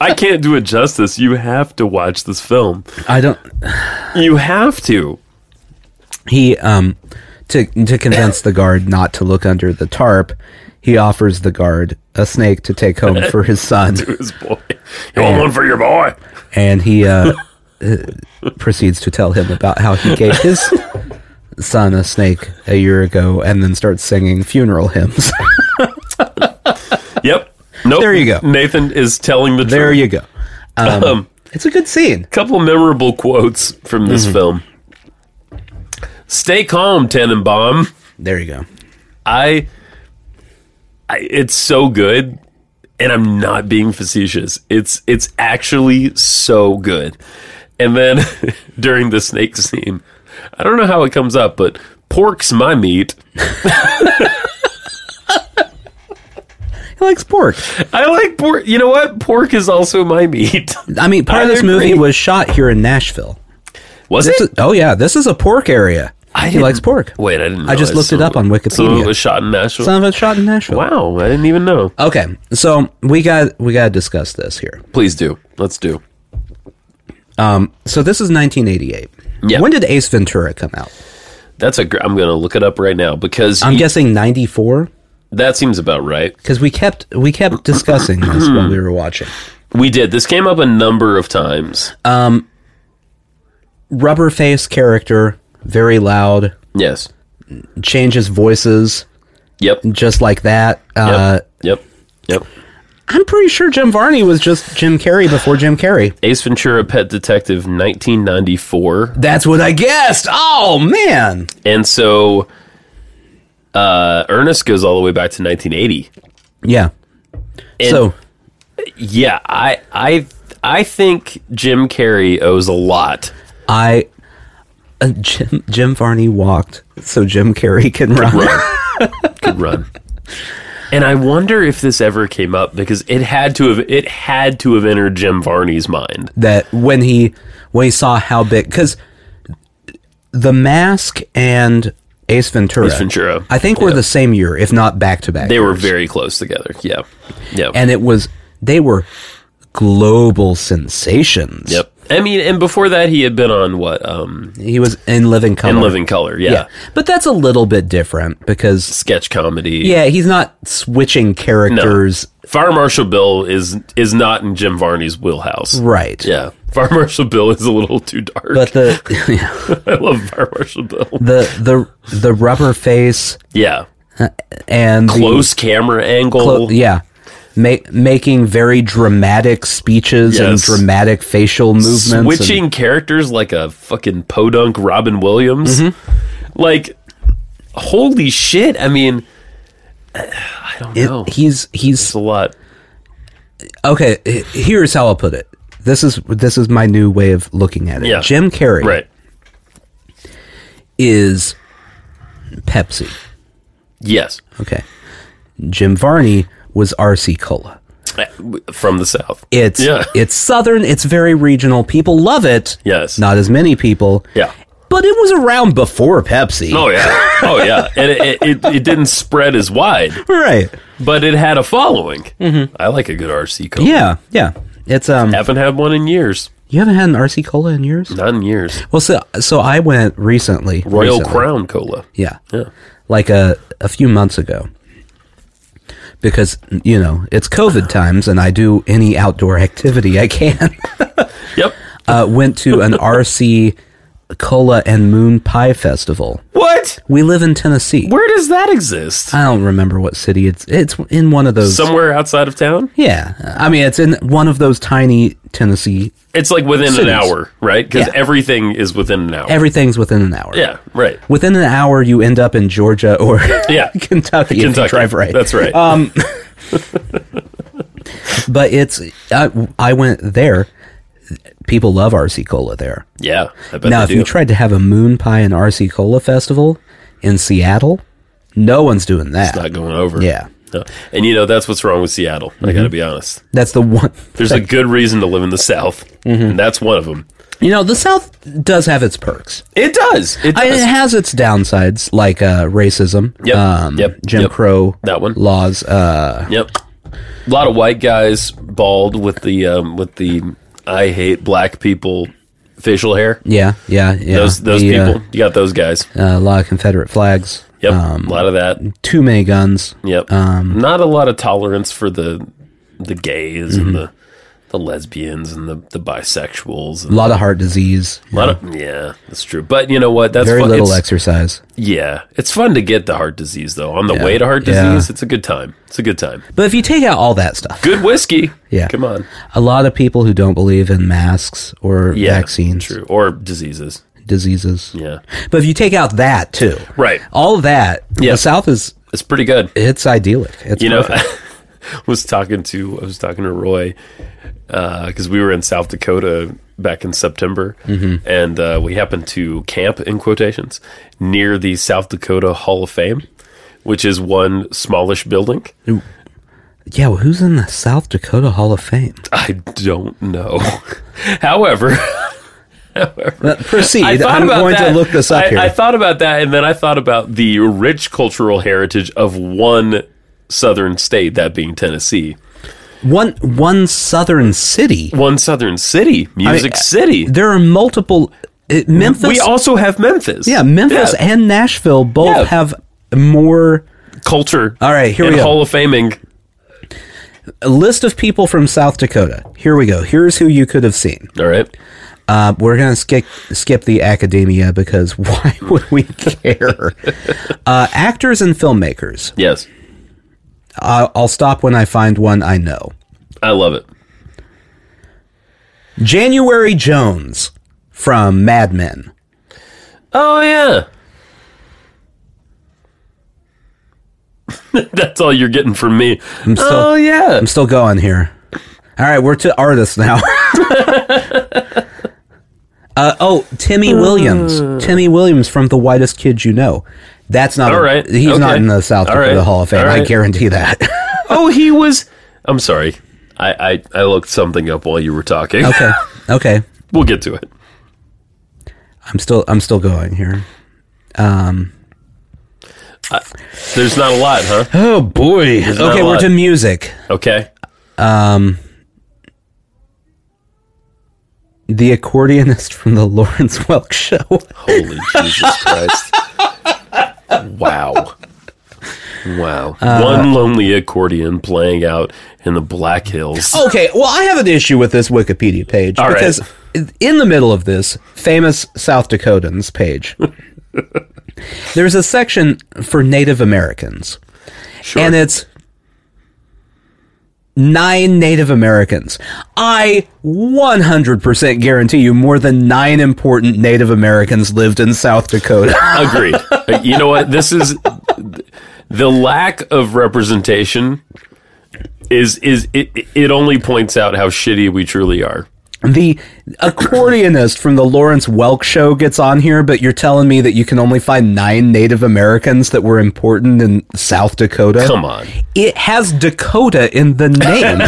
Speaker 1: I can't do it justice. You have to watch this film.
Speaker 2: I don't.
Speaker 1: You have to.
Speaker 2: He um to to convince the guard not to look under the tarp, he offers the guard a snake to take home for his son,
Speaker 1: This boy. You want one for your boy?
Speaker 2: and he uh, uh, proceeds to tell him about how he gave his son a snake a year ago, and then starts singing funeral hymns.
Speaker 1: Yep. Nope.
Speaker 2: There you go.
Speaker 1: Nathan is telling the
Speaker 2: there
Speaker 1: truth.
Speaker 2: you go. Um, it's a good scene.
Speaker 1: couple memorable quotes from this film. Stay calm, Tannenbaum.
Speaker 2: There you go.
Speaker 1: I, I it's so good and I'm not being facetious. It's it's actually so good. And then during the snake scene, I don't know how it comes up, but pork's my meat.
Speaker 2: He likes pork.
Speaker 1: I like pork. You know what? Pork is also my meat.
Speaker 2: I mean, part of
Speaker 1: I
Speaker 2: this movie
Speaker 1: agree.
Speaker 2: was shot here in Nashville.
Speaker 1: Was
Speaker 2: This
Speaker 1: it?
Speaker 2: is, oh yeah, this is a pork area.
Speaker 1: I
Speaker 2: he likes
Speaker 1: didn't-
Speaker 2: pork.
Speaker 1: Wait, I didn't.
Speaker 2: I just
Speaker 1: realize
Speaker 2: looked it up
Speaker 1: some-
Speaker 2: on
Speaker 1: Some of
Speaker 2: Wikipedia.
Speaker 1: it was shot in Nashville.
Speaker 2: Some of it's shot in Nashville.
Speaker 1: wow, I didn't even know.
Speaker 2: Okay, so we got we got to discuss this here.
Speaker 1: Please do. Let's do.
Speaker 2: So this is 1988.
Speaker 1: Yeah.
Speaker 2: When did Ace Ventura come out?
Speaker 1: That's a. Gr- I'm gonna look it up right now because
Speaker 2: I'm
Speaker 1: you-
Speaker 2: guessing 94
Speaker 1: that seems about right.
Speaker 2: because we kept we kept discussing this when we were watching.
Speaker 1: We did. This came up a number of times.
Speaker 2: Uh, Rubber face character, very loud,
Speaker 1: yes.
Speaker 2: changes voices
Speaker 1: Yep. Yep.
Speaker 2: just like that. Uh,
Speaker 1: yep. Yep.
Speaker 2: I'm pretty sure Jim Varney was just Jim Carrey before Jim Carrey.
Speaker 1: Ace Ventura: Pet Detective, 1994,
Speaker 2: That's what I guessed. Oh man,
Speaker 1: and so uh, Ernest goes all the way back to 1980.
Speaker 2: yeah.
Speaker 1: And
Speaker 2: so
Speaker 1: yeah, I I I think Jim Carrey owes a lot.
Speaker 2: I uh, Jim Jim Varney walked so Jim Carrey can run.
Speaker 1: Good run. And I wonder if this ever came up because it had to have it had to have entered Jim Varney's mind.
Speaker 2: that when he when he saw how big because the mask and Ace Ventura,
Speaker 1: Ace Ventura.
Speaker 2: I think were the same year, if not back to back.
Speaker 1: They were very close together. Yeah. Yeah.
Speaker 2: and it was they were global sensations.
Speaker 1: yep. I mean, and before that he had been on what? Um
Speaker 2: he was in Living Color.
Speaker 1: In Living Color, yeah.
Speaker 2: yeah, but that's a little bit different because
Speaker 1: Sketch comedy.
Speaker 2: yeah, he's not switching characters.
Speaker 1: Fire Marshal Bill is is not in Jim Varney's wheelhouse.
Speaker 2: Right.
Speaker 1: Yeah. Fire Marshal Bill is a little too dark.
Speaker 2: But the
Speaker 1: I love Fire Marshal Bill.
Speaker 2: the the the rubber face
Speaker 1: Yeah.
Speaker 2: and the-
Speaker 1: Close camera angle.
Speaker 2: Clo- yeah. Ma- making very dramatic speeches and
Speaker 1: Yes.
Speaker 2: dramatic facial movements. and-
Speaker 1: switching characters like a fucking podunk Robin Williams.
Speaker 2: Mm-hmm.
Speaker 1: Like, holy shit! I mean, I don't
Speaker 2: it-
Speaker 1: know.
Speaker 2: he's
Speaker 1: It's
Speaker 2: he's
Speaker 1: a lot.
Speaker 2: okay. h- Here's how I'll put it. This is this is my new way of looking at it.
Speaker 1: Yeah.
Speaker 2: Jim Carrey
Speaker 1: Right?
Speaker 2: is Pepsi.
Speaker 1: Yes,
Speaker 2: Okay. Jim Varney was RC Cola.
Speaker 1: from the south.
Speaker 2: It's
Speaker 1: Yeah.
Speaker 2: it's southern. It's very regional. People love it.
Speaker 1: Yes.
Speaker 2: Not as many people.
Speaker 1: Yeah.
Speaker 2: But it was around before Pepsi.
Speaker 1: Oh yeah. Oh yeah. And it, it, it, it didn't spread as wide,
Speaker 2: Right.
Speaker 1: but it had a following. I like a good RC cola.
Speaker 2: Mm-hmm. Yeah. Yeah. It's um.
Speaker 1: Haven't had one in years.
Speaker 2: You haven't had an RC cola in years.
Speaker 1: Not in years.
Speaker 2: Well, so so I went recently.
Speaker 1: Royal
Speaker 2: recently.
Speaker 1: Crown Cola.
Speaker 2: Yeah.
Speaker 1: Yeah.
Speaker 2: Like a a few months ago. Because you know it's COVID times, and I do any outdoor activity I can.
Speaker 1: Yep.
Speaker 2: Uh, went to an RC Cola and Moon Pie festival.
Speaker 1: What?
Speaker 2: We live in Tennessee.
Speaker 1: Where does that exist?
Speaker 2: I don't remember what city it's. It's in one of those.
Speaker 1: Somewhere outside of town?
Speaker 2: yeah, I mean it's in one of those tiny Tennessee.
Speaker 1: It's like within an
Speaker 2: Cities.
Speaker 1: hour, right? Because
Speaker 2: Yeah.
Speaker 1: everything is within an hour.
Speaker 2: Everything's within an hour.
Speaker 1: yeah, right.
Speaker 2: Within an hour, you end up in Georgia or
Speaker 1: Yeah.
Speaker 2: Kentucky. If you
Speaker 1: Kentucky.
Speaker 2: drive right. Um,
Speaker 1: That's right.
Speaker 2: but it's I, I went there. People love RC Cola there.
Speaker 1: yeah, I bet
Speaker 2: now,
Speaker 1: they
Speaker 2: if
Speaker 1: do.
Speaker 2: you tried to have a moon pie and RC Cola festival in Seattle, no one's doing that.
Speaker 1: Not going over.
Speaker 2: Yeah. Mm-hmm.
Speaker 1: No. And you know, that's what's wrong with Seattle. I got to be honest.
Speaker 2: That's the one. Mm-hmm.
Speaker 1: There's a good reason to live in the South, and that's one of them.
Speaker 2: You know, the South does have its perks.
Speaker 1: It does. It
Speaker 2: I-
Speaker 1: does.
Speaker 2: It has its downsides, like uh, racism,
Speaker 1: Yep,
Speaker 2: um,
Speaker 1: yep,
Speaker 2: Jim
Speaker 1: yep.
Speaker 2: Crow
Speaker 1: That one.
Speaker 2: laws. Uh,
Speaker 1: Yep. A lot of white guys bald with the um, with the I hate black people facial hair.
Speaker 2: yeah, yeah, yeah.
Speaker 1: Those those
Speaker 2: The, uh,
Speaker 1: people. you got those guys.
Speaker 2: uh, a lot of Confederate flags. Uh,
Speaker 1: Yep.
Speaker 2: um,
Speaker 1: a lot of that.
Speaker 2: Too many guns.
Speaker 1: Yep.
Speaker 2: Um,
Speaker 1: Not a lot of tolerance for the the gays
Speaker 2: Mm-hmm.
Speaker 1: and the the lesbians and the, the bisexuals.
Speaker 2: A
Speaker 1: And
Speaker 2: lot of heart disease.
Speaker 1: a lot of yeah, that's true. But you know what? That's
Speaker 2: Very
Speaker 1: fun.
Speaker 2: little
Speaker 1: it's,
Speaker 2: exercise.
Speaker 1: yeah, it's fun to get the heart disease though. On the way to heart
Speaker 2: Yeah.
Speaker 1: disease, it's a good time. It's a good time.
Speaker 2: But if you take out all that stuff,
Speaker 1: Good whiskey.
Speaker 2: Yeah.
Speaker 1: Come on.
Speaker 2: a lot of people who don't believe in masks or
Speaker 1: Yeah.
Speaker 2: vaccines,
Speaker 1: True. Or diseases.
Speaker 2: diseases.
Speaker 1: Yeah.
Speaker 2: But if you take out that too,
Speaker 1: Right.
Speaker 2: all of that,
Speaker 1: Yeah.
Speaker 2: the South is
Speaker 1: It's pretty good.
Speaker 2: it's idyllic. It's
Speaker 1: You know,
Speaker 2: perfect.
Speaker 1: I was talking to I was talking to Roy because we were in South Dakota back in September,
Speaker 2: Mm-hmm.
Speaker 1: and uh, we happened to camp in quotations near the South Dakota Hall of Fame, which is one smallish building.
Speaker 2: yeah. Well, who's in the South Dakota Hall of Fame?
Speaker 1: I don't know. however,
Speaker 2: Uh, proceed.
Speaker 1: I thought
Speaker 2: I'm
Speaker 1: about
Speaker 2: going
Speaker 1: that.
Speaker 2: to look this up
Speaker 1: I,
Speaker 2: here.
Speaker 1: I thought about that, and then I thought about the rich cultural heritage of one southern state, that being Tennessee,
Speaker 2: one one Southern city.
Speaker 1: one southern city, Music City.
Speaker 2: There are multiple. It, Memphis.
Speaker 1: we also have Memphis.
Speaker 2: yeah, Memphis
Speaker 1: Yeah.
Speaker 2: and Nashville both
Speaker 1: Yeah.
Speaker 2: have more.
Speaker 1: culture.
Speaker 2: All right, here we
Speaker 1: and
Speaker 2: go.
Speaker 1: Hall of Faming.
Speaker 2: A list of people from South Dakota. Here we go. Here's who you could have seen.
Speaker 1: All right.
Speaker 2: Uh, we're gonna skip skip the academia because why would we care? uh, actors and filmmakers.
Speaker 1: Yes,
Speaker 2: I I'll stop when I find one I know.
Speaker 1: I love it.
Speaker 2: January Jones from Mad Men.
Speaker 1: Oh yeah. That's all you're getting from me. oh yeah.
Speaker 2: I'm still going here. All right, we're to artists now. uh, oh, Timmy Williams. Timmy Williams from The Whitest Kids You Know. That's not.
Speaker 1: All right,
Speaker 2: He's not
Speaker 1: okay.
Speaker 2: in the South
Speaker 1: All
Speaker 2: Dakota
Speaker 1: right,
Speaker 2: Hall of Fame.
Speaker 1: all
Speaker 2: I
Speaker 1: right.
Speaker 2: guarantee that.
Speaker 1: oh, he was. I'm sorry. I, I I looked something up while you were talking.
Speaker 2: okay. Okay.
Speaker 1: we'll get to it.
Speaker 2: I'm still. I'm still going here.
Speaker 1: There's not a lot, huh?
Speaker 2: Oh boy.
Speaker 1: not
Speaker 2: Okay,
Speaker 1: a
Speaker 2: we're
Speaker 1: lot.
Speaker 2: to music.
Speaker 1: Okay.
Speaker 2: The accordionist from the Lawrence Welk Show.
Speaker 1: Holy Jesus Christ! Wow. Wow. One lonely accordion playing out in the Black Hills.
Speaker 2: Okay, well, I have an issue with this Wikipedia page
Speaker 1: right.
Speaker 2: because in the middle of this famous South Dakotans page, there's a section for Native Americans,
Speaker 1: sure.
Speaker 2: and it's nine Native Americans. I 100% guarantee you more than nine important Native Americans lived in South Dakota.
Speaker 1: Agreed. Uh, you know what? This is the lack of representation is is it it only points out how shitty we truly are.
Speaker 2: the accordionist from the Lawrence Welk show gets on here, but you're telling me that you can only find nine Native Americans that were important in South Dakota?
Speaker 1: Come on.
Speaker 2: It has Dakota in the name.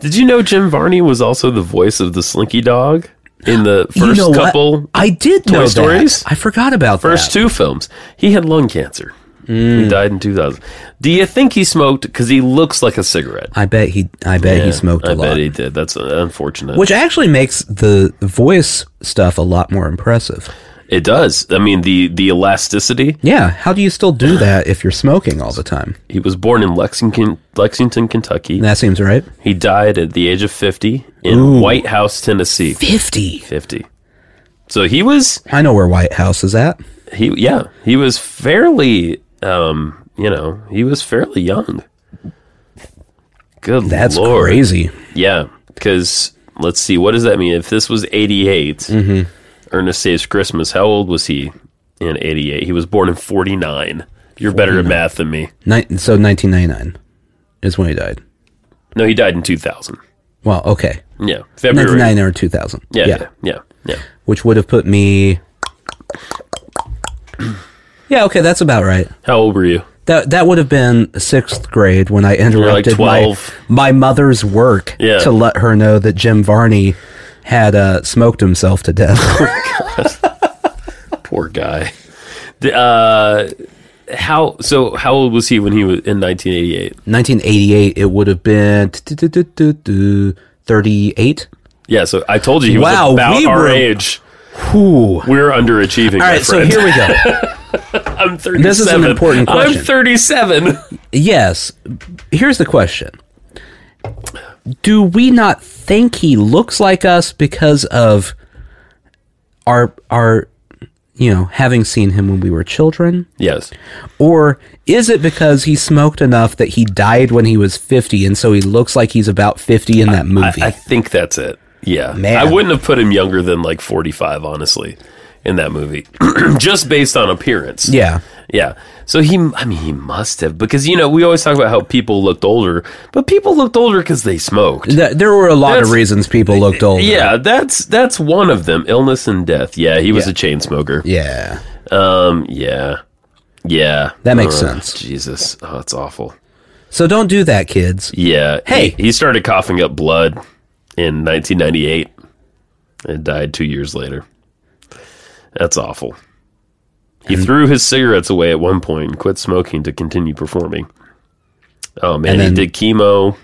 Speaker 1: Did you know Jim Varney was also the voice of the Slinky Dog in the first
Speaker 2: you know
Speaker 1: couple
Speaker 2: what? I did know that.
Speaker 1: Stories?
Speaker 2: I forgot about
Speaker 1: first two films? He had lung cancer.
Speaker 2: Mm.
Speaker 1: He died in 2000. Do you think he smoked because he looks like a cigarette?
Speaker 2: that. I bet he. I bet he
Speaker 1: Yeah,
Speaker 2: smoked a
Speaker 1: I
Speaker 2: lot,
Speaker 1: bet he did. That's uh, unfortunate.
Speaker 2: which actually makes the voice stuff a lot more impressive.
Speaker 1: it does. I mean the the elasticity.
Speaker 2: Yeah. How do you still do that if you're smoking all the time?
Speaker 1: He was born in Lexington, Lexington, Kentucky.
Speaker 2: That seems right.
Speaker 1: He died at the age of 50 in White House, Tennessee.
Speaker 2: Fifty.
Speaker 1: 50. So he was
Speaker 2: I know where White House is at.
Speaker 1: he yeah, he was fairly um, you know, he was fairly young. Good
Speaker 2: That's
Speaker 1: lord.
Speaker 2: crazy.
Speaker 1: Yeah, cuz let's see what does that mean if this was 88?
Speaker 2: Mm-hmm.
Speaker 1: Ernest Saves Christmas. How old was he in 88? He was born in 49. You're better at math than me.
Speaker 2: Nin- so 1999 is when he died.
Speaker 1: No, he died in 2000.
Speaker 2: Well, okay,
Speaker 1: Yeah, February.
Speaker 2: 99 or 2000.
Speaker 1: Yeah, yeah, yeah, yeah.
Speaker 2: which would have put me. Yeah, okay, that's about right.
Speaker 1: How old were you?
Speaker 2: That that would have been sixth grade when I interrupted my
Speaker 1: 12.
Speaker 2: my mother's work
Speaker 1: Yeah.
Speaker 2: to let her know that Jim Varney had uh, smoked himself to death.
Speaker 1: Poor guy. The, uh, how so? How old was he when he was in 1988?
Speaker 2: 1988, it would have been 38.
Speaker 1: Yeah. So I told you he was
Speaker 2: Wow,
Speaker 1: about
Speaker 2: we
Speaker 1: our
Speaker 2: were-
Speaker 1: age.
Speaker 2: Whew. All
Speaker 1: We're underachieving. my
Speaker 2: right, so
Speaker 1: friend.
Speaker 2: here we go.
Speaker 1: I'm 37.
Speaker 2: This is an important question.
Speaker 1: I'm 37.
Speaker 2: Yes. Here's the question. Do we not think he looks like us because of our our you know, having seen him when we were children?
Speaker 1: yes.
Speaker 2: Or is it because he smoked enough that he died when he was 50 and so he looks like he's about 50 in that movie?
Speaker 1: I think that's it. Yeah.
Speaker 2: Man.
Speaker 1: I wouldn't have put him younger than like 45, honestly, in that movie, just based on appearance.
Speaker 2: yeah.
Speaker 1: Yeah. So he, I mean, he must have, because, you know, we always talk about how people looked older, but people looked older because they smoked.
Speaker 2: Th- there were a lot of
Speaker 1: That's-
Speaker 2: reasons people looked older.
Speaker 1: Yeah, that's that's one of them. Illness and death. Yeah, he was a chain smoker.
Speaker 2: Yeah.
Speaker 1: Um, yeah, yeah.
Speaker 2: That makes
Speaker 1: Ugh,
Speaker 2: sense.
Speaker 1: Jesus, oh, it's awful.
Speaker 2: So don't do that, kids.
Speaker 1: Yeah.
Speaker 2: Hey.
Speaker 1: he, he started coughing up blood in 1998 and died two years later. That's awful. He threw his cigarettes away at one point and quit smoking to continue performing. Oh man,
Speaker 2: And then-
Speaker 1: he did chemo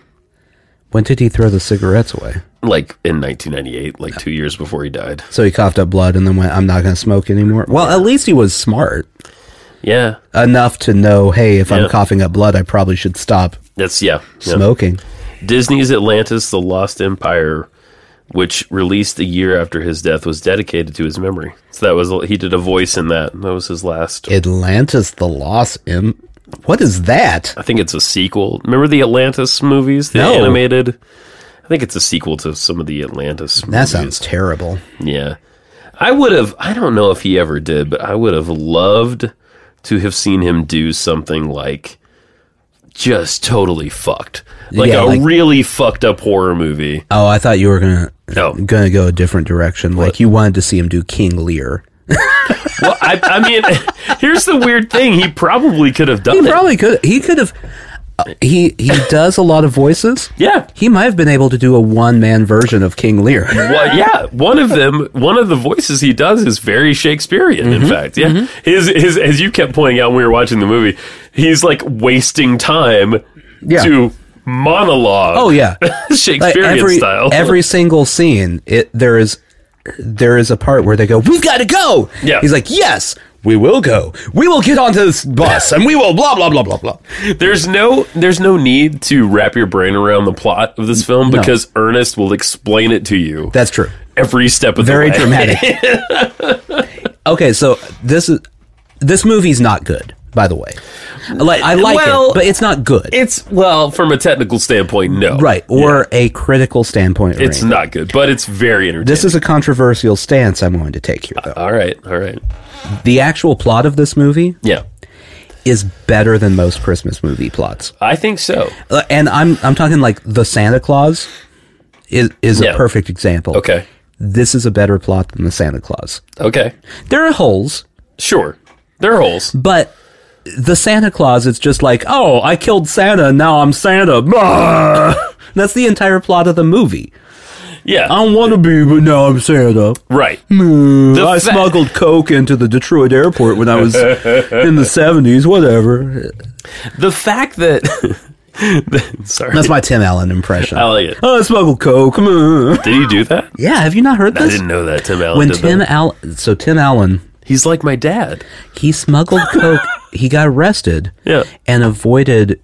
Speaker 2: When did he throw the cigarettes away?
Speaker 1: like in 1998, like two years before he died.
Speaker 2: So he coughed up blood and then went, I'm not going to smoke anymore. Well, at least he was smart
Speaker 1: Yeah,
Speaker 2: enough to know, hey, if I'm
Speaker 1: Yeah.
Speaker 2: coughing up blood, I probably should stop
Speaker 1: that's yeah. yeah.
Speaker 2: smoking.
Speaker 1: Disney's Atlantis: The Lost Empire, which released a year after his death, was dedicated to his memory. So that was he did a voice in that. That was his last.
Speaker 2: Atlantis the Lost Imp. What is that?
Speaker 1: I think it's a sequel. Remember the Atlantis movies, the
Speaker 2: No.
Speaker 1: animated? I think it's a sequel to some of the Atlantis.
Speaker 2: That
Speaker 1: movies.
Speaker 2: sounds terrible.
Speaker 1: yeah. I would have. I don't know if he ever did, but I would have loved to have seen him do something like just totally fucked, like
Speaker 2: Yeah,
Speaker 1: a
Speaker 2: like-
Speaker 1: really fucked up horror movie.
Speaker 2: Oh, I thought you were going to
Speaker 1: No,
Speaker 2: gonna go a different direction. Like you wanted to see him do King Lear.
Speaker 1: Well, I, I mean, here's the weird thing. He probably could have done
Speaker 2: He
Speaker 1: it.
Speaker 2: probably could. He could have. uh, He he does a lot of voices.
Speaker 1: yeah.
Speaker 2: He might have been able to do a one man version of King Lear.
Speaker 1: Well, yeah, one of them, one of the voices he does is very Shakespearean.
Speaker 2: Mm-hmm.
Speaker 1: In fact, yeah, his his as you kept pointing out when we were watching the movie, he's like wasting time
Speaker 2: Yeah.
Speaker 1: to monologue.
Speaker 2: Oh yeah. Like,
Speaker 1: Shakespearean
Speaker 2: every,
Speaker 1: style.
Speaker 2: Every single scene, it there is there is a part where they go, "We've got to go."
Speaker 1: Yeah.
Speaker 2: He's like, "Yes, we will go. We will get onto this bus and we will blah blah blah blah blah."
Speaker 1: there's no there's no need to wrap your brain around the plot of this film because Ernest will explain it to you
Speaker 2: That's true.
Speaker 1: every step of
Speaker 2: Very
Speaker 1: the way.
Speaker 2: dramatic. okay, so this is this movie's not good, by the way. Like I like
Speaker 1: Well-
Speaker 2: it, but it's not good.
Speaker 1: It's well, from a technical standpoint, no,
Speaker 2: right, or a critical standpoint. or
Speaker 1: It's
Speaker 2: anything.
Speaker 1: not good, but it's very entertaining.
Speaker 2: this is a controversial stance I'm going to take here, though.
Speaker 1: all right, all right.
Speaker 2: The actual plot of this movie
Speaker 1: Yeah,
Speaker 2: is better than most Christmas movie plots.
Speaker 1: I think so.
Speaker 2: Uh, and I'm I'm talking like the Santa Claus is is
Speaker 1: Yeah.
Speaker 2: a perfect example.
Speaker 1: Okay,
Speaker 2: This is a better plot than the Santa Claus.
Speaker 1: okay,
Speaker 2: There are holes,
Speaker 1: sure. There are holes.
Speaker 2: but the Santa Claus it's just like, "Oh, I killed Santa, now I'm Santa." Bah! That's the entire plot of the movie.
Speaker 1: Yeah,
Speaker 2: I don't want to be, but now I'm Santa.
Speaker 1: right.
Speaker 2: mm.
Speaker 1: The
Speaker 2: I
Speaker 1: fa-
Speaker 2: smuggled coke into the Detroit airport when I was in the 70s, whatever.
Speaker 1: The fact that the- sorry,
Speaker 2: That's my Tim Allen impression. Oh,
Speaker 1: I like it.
Speaker 2: I smuggled coke.
Speaker 1: Did he do that?
Speaker 2: Yeah, have you not heard
Speaker 1: I
Speaker 2: this?
Speaker 1: didn't know that Tim Allen.
Speaker 2: when
Speaker 1: did
Speaker 2: Tim
Speaker 1: that.
Speaker 2: Al so Tim Allen
Speaker 1: he's like my dad.
Speaker 2: he smuggled coke he got arrested
Speaker 1: Yeah.
Speaker 2: and avoided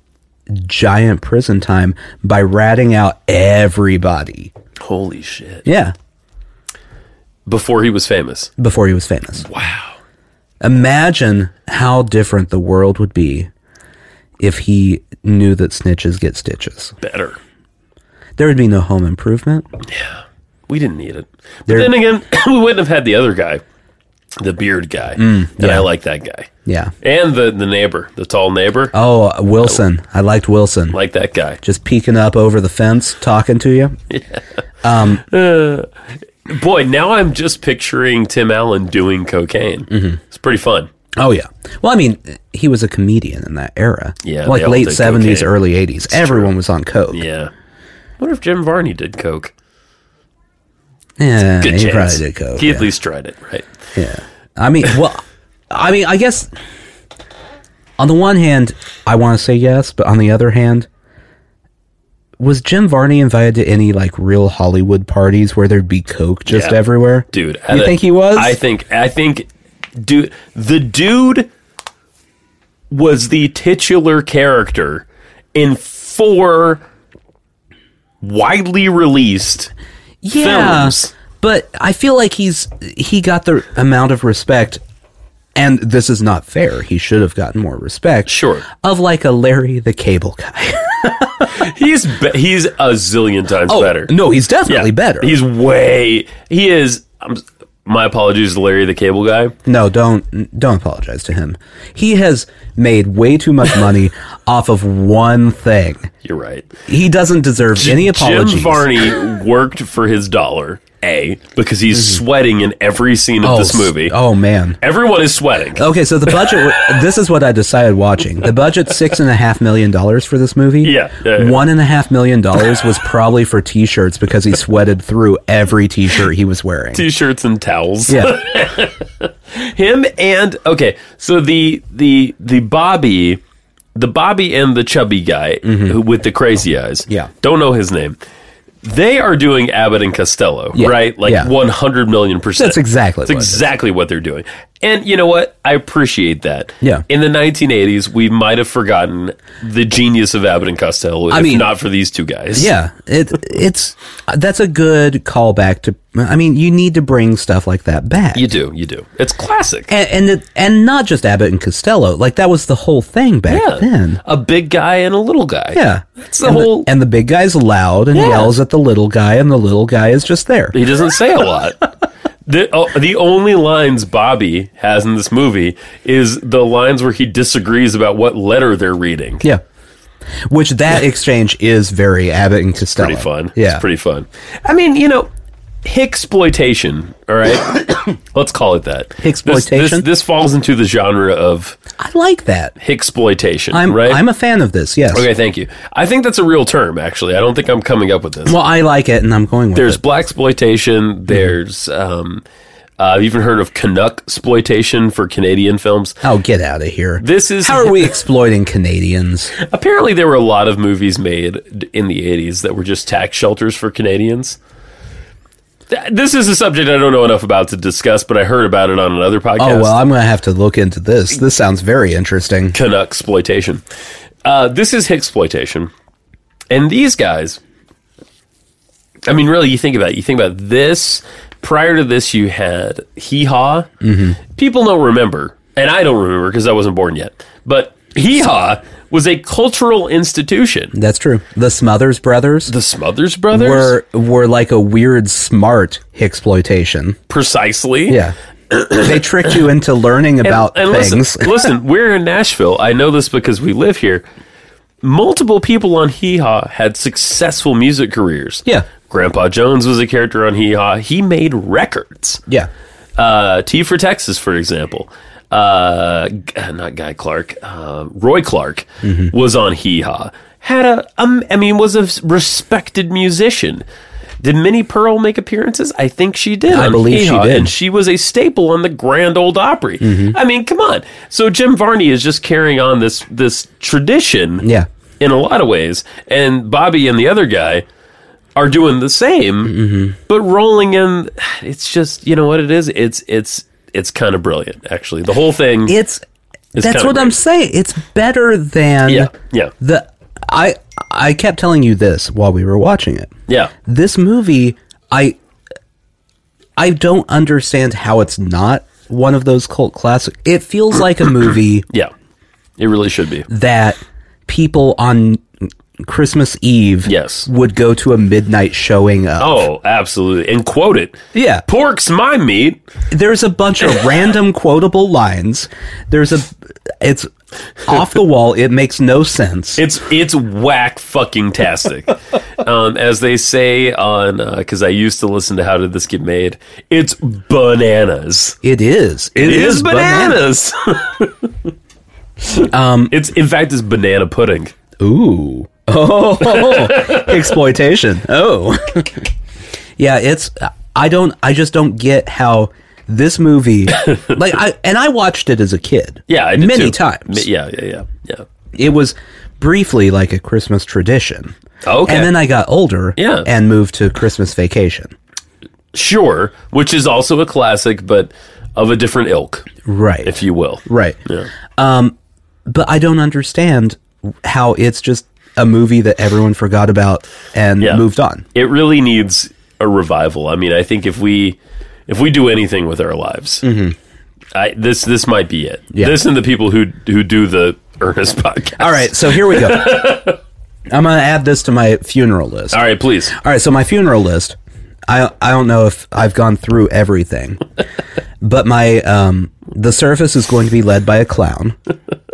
Speaker 2: giant prison time by ratting out everybody
Speaker 1: Holy shit!
Speaker 2: yeah
Speaker 1: Before he was famous.
Speaker 2: before he was famous
Speaker 1: Wow.
Speaker 2: imagine how different the world would be if he knew that snitches get stitches
Speaker 1: Better.
Speaker 2: there would be no home improvement
Speaker 1: We didn't need it. But
Speaker 2: There-
Speaker 1: then again, we wouldn't have had the other guy, the beard guy,
Speaker 2: Mm,
Speaker 1: and I like that guy,
Speaker 2: yeah
Speaker 1: and the the neighbor, the tall neighbor,
Speaker 2: oh wilson i liked wilson
Speaker 1: like that guy.
Speaker 2: just peeking up over the fence talking to you
Speaker 1: Boy, now I'm just picturing Tim Allen doing cocaine.
Speaker 2: Mm-hmm.
Speaker 1: It's pretty fun.
Speaker 2: Oh yeah. Well, I mean, he was a comedian in that era.
Speaker 1: Yeah, they
Speaker 2: like
Speaker 1: all
Speaker 2: late
Speaker 1: did
Speaker 2: seventies,
Speaker 1: cocaine.
Speaker 2: early eighties. Everyone was on coke.
Speaker 1: Yeah. wonder if Jim Varney did coke.
Speaker 2: Yeah,
Speaker 1: Good
Speaker 2: he
Speaker 1: chance.
Speaker 2: probably did coke.
Speaker 1: He
Speaker 2: yeah.
Speaker 1: at least tried it, right?
Speaker 2: Yeah. I mean, well, I mean, I guess on the one hand, I want to say yes, but on the other hand, was Jim Varney invited to any like real Hollywood parties where there'd be coke just
Speaker 1: Yeah.
Speaker 2: everywhere?
Speaker 1: dude.
Speaker 2: you
Speaker 1: I-
Speaker 2: think he was?
Speaker 1: I think I think dude the dude was the titular character in four widely released
Speaker 2: yeah,
Speaker 1: films.
Speaker 2: but I feel like he's he got the amount of respect, and this is not fair. He should have gotten more respect.
Speaker 1: Sure.
Speaker 2: of like a Larry the Cable Guy.
Speaker 1: He's be- he's a zillion times Oh, better.
Speaker 2: No, he's definitely
Speaker 1: Yeah.
Speaker 2: Oh, better.
Speaker 1: He's way he is I'm, my apologies to Larry the Cable Guy.
Speaker 2: No, don't don't apologize to him. He has made way too much money off of one thing.
Speaker 1: You're right.
Speaker 2: He doesn't deserve any apologies.
Speaker 1: Jim Varney worked for his dollar. A because he's sweating in every scene of
Speaker 2: Mm-hmm. oh,
Speaker 1: this
Speaker 2: s-
Speaker 1: movie.
Speaker 2: Oh man.
Speaker 1: Everyone is sweating.
Speaker 2: Okay, so the budget. wa- this is what I decided watching. The budget six and a half million dollars for this movie.
Speaker 1: Yeah, yeah, yeah.
Speaker 2: one and a half million dollars was probably for t-shirts because he sweated through every t-shirt he was wearing.
Speaker 1: t-shirts and towels.
Speaker 2: Yeah,
Speaker 1: Him and okay, so the the the Bobby, the Bobby and the chubby guy who, with the crazy eyes.
Speaker 2: Mm-hmm. Oh. Yeah.
Speaker 1: don't know his name. They are doing Abbott and Costello,
Speaker 2: Yeah,
Speaker 1: right? Like
Speaker 2: yeah.
Speaker 1: one hundred million percent.
Speaker 2: That's exactly
Speaker 1: That's
Speaker 2: what it is.
Speaker 1: exactly what they're doing. And you know what? I appreciate that.
Speaker 2: Yeah.
Speaker 1: In the nineteen eighties, we might have forgotten the genius of Abbott and Costello.
Speaker 2: I
Speaker 1: if
Speaker 2: mean-
Speaker 1: not for these two guys.
Speaker 2: yeah. It it's that's a good callback to. I mean, you need to bring stuff like that back.
Speaker 1: you do, you do. It's classic.
Speaker 2: and and, it, and not just Abbott and Costello. Like that was the whole thing back
Speaker 1: Yeah.
Speaker 2: then.
Speaker 1: A big guy and a little guy.
Speaker 2: Yeah,
Speaker 1: That's the
Speaker 2: and
Speaker 1: whole.
Speaker 2: and the big guy's loud and
Speaker 1: Yeah.
Speaker 2: yells at the little guy, and the little guy is just there.
Speaker 1: he doesn't say a lot. the oh, The only lines Bobby has in this movie is the lines where he disagrees about what letter they're reading.
Speaker 2: Yeah, which that exchange is very Abbott and Costello.
Speaker 1: Pretty fun.
Speaker 2: Yeah,
Speaker 1: it's pretty fun. I mean, you know, exploitation. All right, let's call it that. This, this,
Speaker 2: Hicksploitation?
Speaker 1: this falls into the genre of
Speaker 2: I like that.
Speaker 1: exploitation,
Speaker 2: I'm
Speaker 1: right?
Speaker 2: I'm a fan of this. Yes.
Speaker 1: okay, thank you. I think that's a real term. Actually, I don't think I'm coming up with this.
Speaker 2: Well, I like it, and I'm going with
Speaker 1: There's
Speaker 2: it.
Speaker 1: black exploitation. There's um, uh, I've even heard of Canuck exploitation for Canadian films.
Speaker 2: Oh, get out of here!
Speaker 1: This is
Speaker 2: How are we exploiting Canadians?
Speaker 1: apparently there were a lot of movies made d- in the 80s that were just tax shelters for Canadians. Th- This is a subject I don't know enough about to discuss, but I heard about it on another podcast.
Speaker 2: Oh well, I'm going to have to look into this. This sounds very interesting.
Speaker 1: Canuck exploitation. Uh, this is exploitation, and these guys. I mean, really, you think about it. You think about this. Prior to this, you had Hee Haw.
Speaker 2: Mm-hmm.
Speaker 1: People don't remember, and I don't remember because I wasn't born yet. But Hee Haw was a cultural institution.
Speaker 2: That's true. The Smothers Brothers.
Speaker 1: The Smothers Brothers,
Speaker 2: were were like a weird smart exploitation.
Speaker 1: precisely.
Speaker 2: Yeah. they tricked you into learning about
Speaker 1: and
Speaker 2: things.
Speaker 1: listen, listen, we're in Nashville. I know this because we live here. Multiple people on Hee Haw had successful music careers.
Speaker 2: Yeah.
Speaker 1: Grandpa Jones was a character on Hee Haw. He made records.
Speaker 2: Yeah.
Speaker 1: Uh, T for Texas, for example. Uh, G- not Guy Clark. Uh, Roy Clark was on Hee Haw. Had a, um, I mean, was a s- respected musician. Did Minnie Pearl make appearances? I think she did.
Speaker 2: I
Speaker 1: on
Speaker 2: believe she
Speaker 1: Hee Haw,
Speaker 2: did. Mm-hmm.
Speaker 1: And she was a staple on the Grand Old Opry. I mean, come on. So Jim Varney is just carrying on this this tradition
Speaker 2: Yeah.
Speaker 1: in a lot of ways. And Bobby and the other guy are doing the same, but rolling in. It's just you know what it is. It's it's it's kind of brilliant actually. The whole thing.
Speaker 2: It's, that's
Speaker 1: kinda
Speaker 2: what I'm
Speaker 1: great.
Speaker 2: saying. It's better than
Speaker 1: Yeah, yeah.
Speaker 2: the I I kept telling you this while we were watching it.
Speaker 1: yeah,
Speaker 2: This movie I I don't understand how it's not one of those cult classic. It feels like a movie
Speaker 1: yeah. It really should be.
Speaker 2: that people on Christmas Eve
Speaker 1: Yes.
Speaker 2: would go to a midnight showing of.
Speaker 1: Oh, absolutely. And quote it.
Speaker 2: Yeah.
Speaker 1: Pork's my meat.
Speaker 2: There's a bunch of random quotable lines. There's a it's off the wall. It makes no sense.
Speaker 1: It's it's whack fucking tastic, um, as they say on because I used to listen to How Did This Get Made. It's bananas.
Speaker 2: it is.
Speaker 1: It is,
Speaker 2: banana.
Speaker 1: bananas. um, it's in fact it's banana pudding.
Speaker 2: Ooh. Oh. exploitation. Oh. yeah, it's I don't. I just don't get how this movie. like I and I watched it as a kid.
Speaker 1: Yeah, I did
Speaker 2: many
Speaker 1: too.
Speaker 2: times.
Speaker 1: Mi- Yeah, yeah, yeah, yeah.
Speaker 2: It was briefly like a Christmas tradition.
Speaker 1: Oh, Okay.
Speaker 2: And then I got older.
Speaker 1: Yeah.
Speaker 2: And moved to Christmas Vacation.
Speaker 1: Sure, which is also a classic, but of a different ilk,
Speaker 2: Right.
Speaker 1: if you will.
Speaker 2: Right. Um,
Speaker 1: Yeah.
Speaker 2: But I don't understand how it's just a movie that everyone forgot about and
Speaker 1: Yeah.
Speaker 2: moved on.
Speaker 1: It really needs a revival. I mean, I think if we if we do anything with our lives,
Speaker 2: Mm-hmm.
Speaker 1: I, this this might be it. This and the people who who do the Ernest podcast.
Speaker 2: All right, so here we go. I'm going to add this to my funeral list.
Speaker 1: all right, please.
Speaker 2: All right, so my funeral list. I I don't know if I've gone through everything, but my um the service is going to be led by a clown.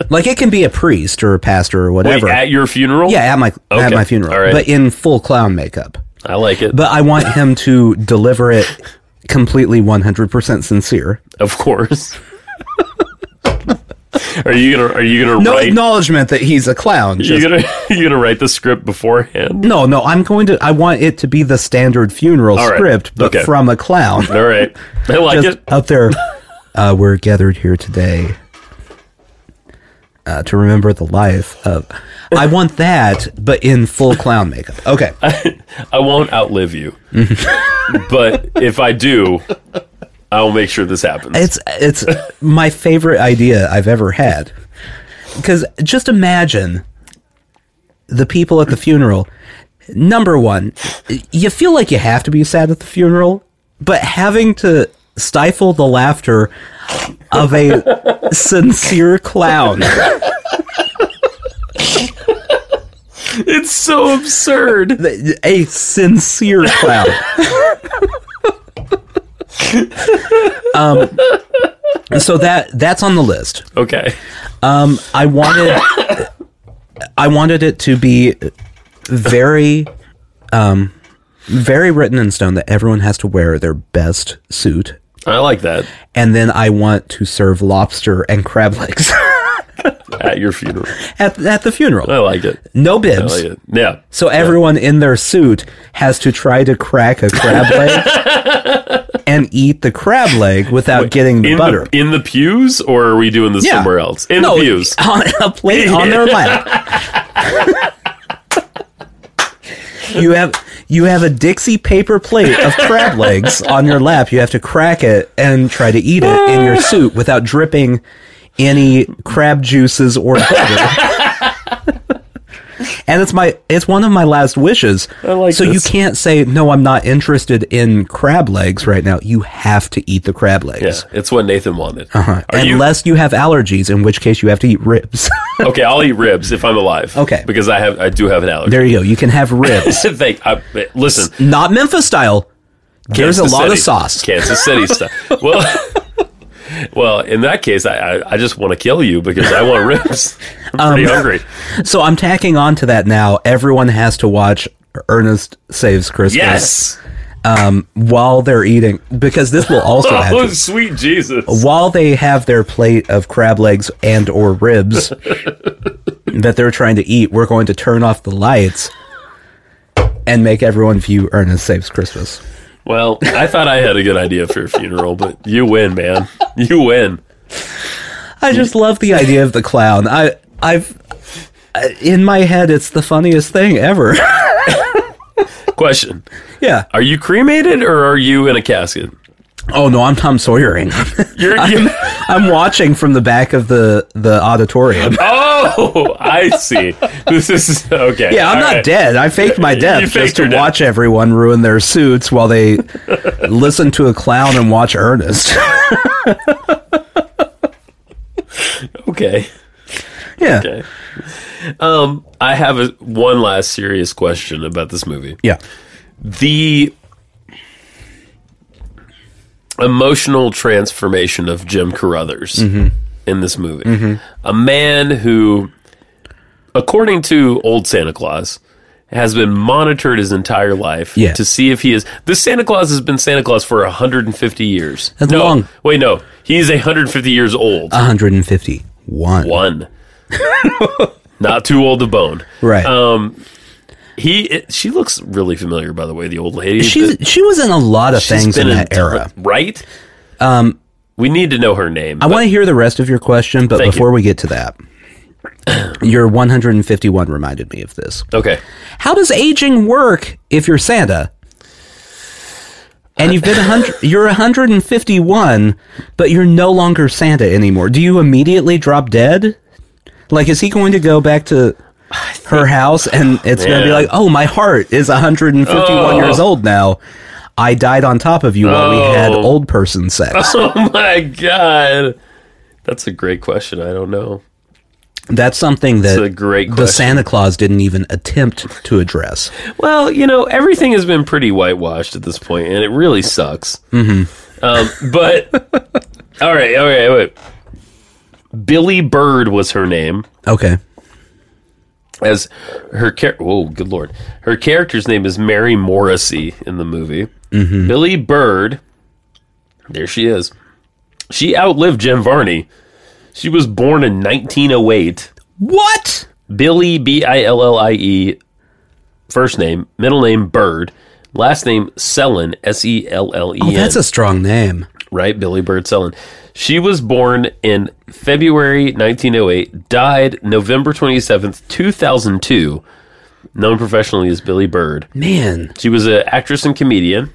Speaker 2: Like it can be a priest or a pastor or
Speaker 1: Wait,
Speaker 2: whatever.
Speaker 1: at your funeral?
Speaker 2: yeah, at my at
Speaker 1: Okay,
Speaker 2: my funeral,
Speaker 1: all right.
Speaker 2: but in full clown makeup.
Speaker 1: I like it.
Speaker 2: But I want him to deliver it completely 100% sincere.
Speaker 1: of course. are you gonna Are you gonna
Speaker 2: No
Speaker 1: write?
Speaker 2: acknowledgement that he's a clown.
Speaker 1: you
Speaker 2: Just,
Speaker 1: gonna you gonna write the script beforehand?
Speaker 2: no, no, I'm going to I want it to be the standard funeral
Speaker 1: right,
Speaker 2: script but
Speaker 1: okay.
Speaker 2: from a clown.
Speaker 1: All right, I like
Speaker 2: just
Speaker 1: it.
Speaker 2: out there. Uh, we're gathered here today uh, to remember the life of. I want that, but in full clown makeup. Okay.
Speaker 1: I won't outlive you, but if I do, I will make sure this happens.
Speaker 2: It's it's my favorite idea I've ever had. Because just imagine the people at the funeral. Number one, you feel like you have to be sad at the funeral, but having to stifle the laughter of a sincere clown.
Speaker 1: It's so absurd.
Speaker 2: a sincere clown. um, so that that's on the list.
Speaker 1: Okay.
Speaker 2: I wanted I wanted it to be very um very written in stone that everyone has to wear their best suit
Speaker 1: I like that.
Speaker 2: and then I want to serve lobster and crab legs
Speaker 1: At your funeral.
Speaker 2: at, at the
Speaker 1: I
Speaker 2: funeral.
Speaker 1: like it.
Speaker 2: No
Speaker 1: I like
Speaker 2: bibs.
Speaker 1: it. Yeah.
Speaker 2: So everyone in their suit has to try to crack a crab leg and eat the crab leg without getting the
Speaker 1: In
Speaker 2: butter.
Speaker 1: the in the pews or are we doing this
Speaker 2: Yeah.
Speaker 1: somewhere else? In
Speaker 2: no,
Speaker 1: the pews.
Speaker 2: on a plate on their lap. you have you have a Dixie paper plate of crab legs on your lap. You have to crack it and try to eat it in your suit without dripping any crab juices or butter. And it's my it's one of my last wishes.
Speaker 1: like
Speaker 2: so you
Speaker 1: this.
Speaker 2: can't say no. I'm not interested in crab legs right now. You have to eat the crab legs,
Speaker 1: Yeah. It's what Nathan wanted.
Speaker 2: Uh-huh.
Speaker 1: Are you
Speaker 2: unless you have allergies, in which case you have to eat ribs.
Speaker 1: Okay, I'll eat ribs if I'm alive.
Speaker 2: Okay.
Speaker 1: Because I have I do have an allergy.
Speaker 2: There you go. You can have ribs.
Speaker 1: Thank, I, listen,
Speaker 2: Not Memphis style. There's a
Speaker 1: Kansas
Speaker 2: lot of
Speaker 1: City.
Speaker 2: sauce.
Speaker 1: Kansas City stuff. Well, well, in that case, I, I, I just want to kill you because I want ribs.
Speaker 2: Um,
Speaker 1: I'm pretty hungry.
Speaker 2: So I'm tacking on to that now. Everyone has to watch Ernest Saves Christmas
Speaker 1: Yes.
Speaker 2: while they're eating because this will also
Speaker 1: Oh,
Speaker 2: happen.
Speaker 1: sweet Jesus.
Speaker 2: While they have their plate of crab legs and or ribs that they're trying to eat, we're going to turn off the lights and make everyone view Ernest Saves Christmas.
Speaker 1: Well, I thought I had a good idea for a funeral, but you win, man. You win.
Speaker 2: I just love the idea of the clown. I I've in my head it's the funniest thing ever.
Speaker 1: Question.
Speaker 2: yeah.
Speaker 1: Are you cremated or are you in a casket?
Speaker 2: Oh no, I'm Tom Sawyering.
Speaker 1: You're, you
Speaker 2: I'm watching from the back of the the auditorium.
Speaker 1: oh, I see. This is okay.
Speaker 2: Yeah, I'm
Speaker 1: all
Speaker 2: not
Speaker 1: right.
Speaker 2: dead. I faked my death
Speaker 1: faked
Speaker 2: just to
Speaker 1: your death.
Speaker 2: watch everyone ruin their suits while they listen to a clown and watch Ernest.
Speaker 1: Okay.
Speaker 2: yeah.
Speaker 1: Okay. Um, I have a, one last serious question about this movie.
Speaker 2: Yeah.
Speaker 1: The emotional transformation of Jim Carruthers in this movie. A man who, according to old Santa Claus, has been monitored his entire life
Speaker 2: Yeah.
Speaker 1: to see if he is. This Santa Claus has been Santa Claus for 150 years.
Speaker 2: That's
Speaker 1: no,
Speaker 2: long. Uh,
Speaker 1: Wait, no. He's 150 years old.
Speaker 2: 151.
Speaker 1: One. Not too old to bone.
Speaker 2: Right.
Speaker 1: Um, He, it, she looks really familiar, by the way. The old lady.
Speaker 2: She's,
Speaker 1: that-
Speaker 2: she was in a lot of
Speaker 1: she's
Speaker 2: things in
Speaker 1: been
Speaker 2: that era.
Speaker 1: right? Um, we need to know her name.
Speaker 2: I
Speaker 1: but-
Speaker 2: want to hear the rest of your question, but
Speaker 1: Thank you.
Speaker 2: before we get to that, your 151 reminded me of this.
Speaker 1: okay,
Speaker 2: How does aging work if you're Santa? And you've been 100, you're 151, but you're no longer Santa anymore. Do you immediately drop dead? Like, is he going to go back to her house and it's going to
Speaker 1: Man.
Speaker 2: be
Speaker 1: Oh.
Speaker 2: like, oh, my heart is 151 years old now. I died on top of you while we had
Speaker 1: Oh.
Speaker 2: old person sex.
Speaker 1: Oh my god. That's a great question. I don't know.
Speaker 2: That's something that
Speaker 1: a great
Speaker 2: the
Speaker 1: question.
Speaker 2: Santa Claus didn't even attempt to address.
Speaker 1: Well, you know, everything has been pretty whitewashed at this point, and it really sucks. Mm-hmm. Um, but all right, all right, wait. Billy Bird was her name,
Speaker 2: Okay.
Speaker 1: as her char- Oh, good lord, her character's name is Mary Morrissey in the movie. Billy Bird. There she is. She outlived Jim Varney. She was born in 1908.
Speaker 2: What?
Speaker 1: Billy B I L L I E, first name, middle name Bird, last name Sellen S E L L E N.
Speaker 2: Oh, That's a strong name.
Speaker 1: right, Billy Bird Sellen. She was born in February 1908, died November 27th, 2002. Known professionally as Billy Bird,
Speaker 2: Man.
Speaker 1: she was an actress and comedian.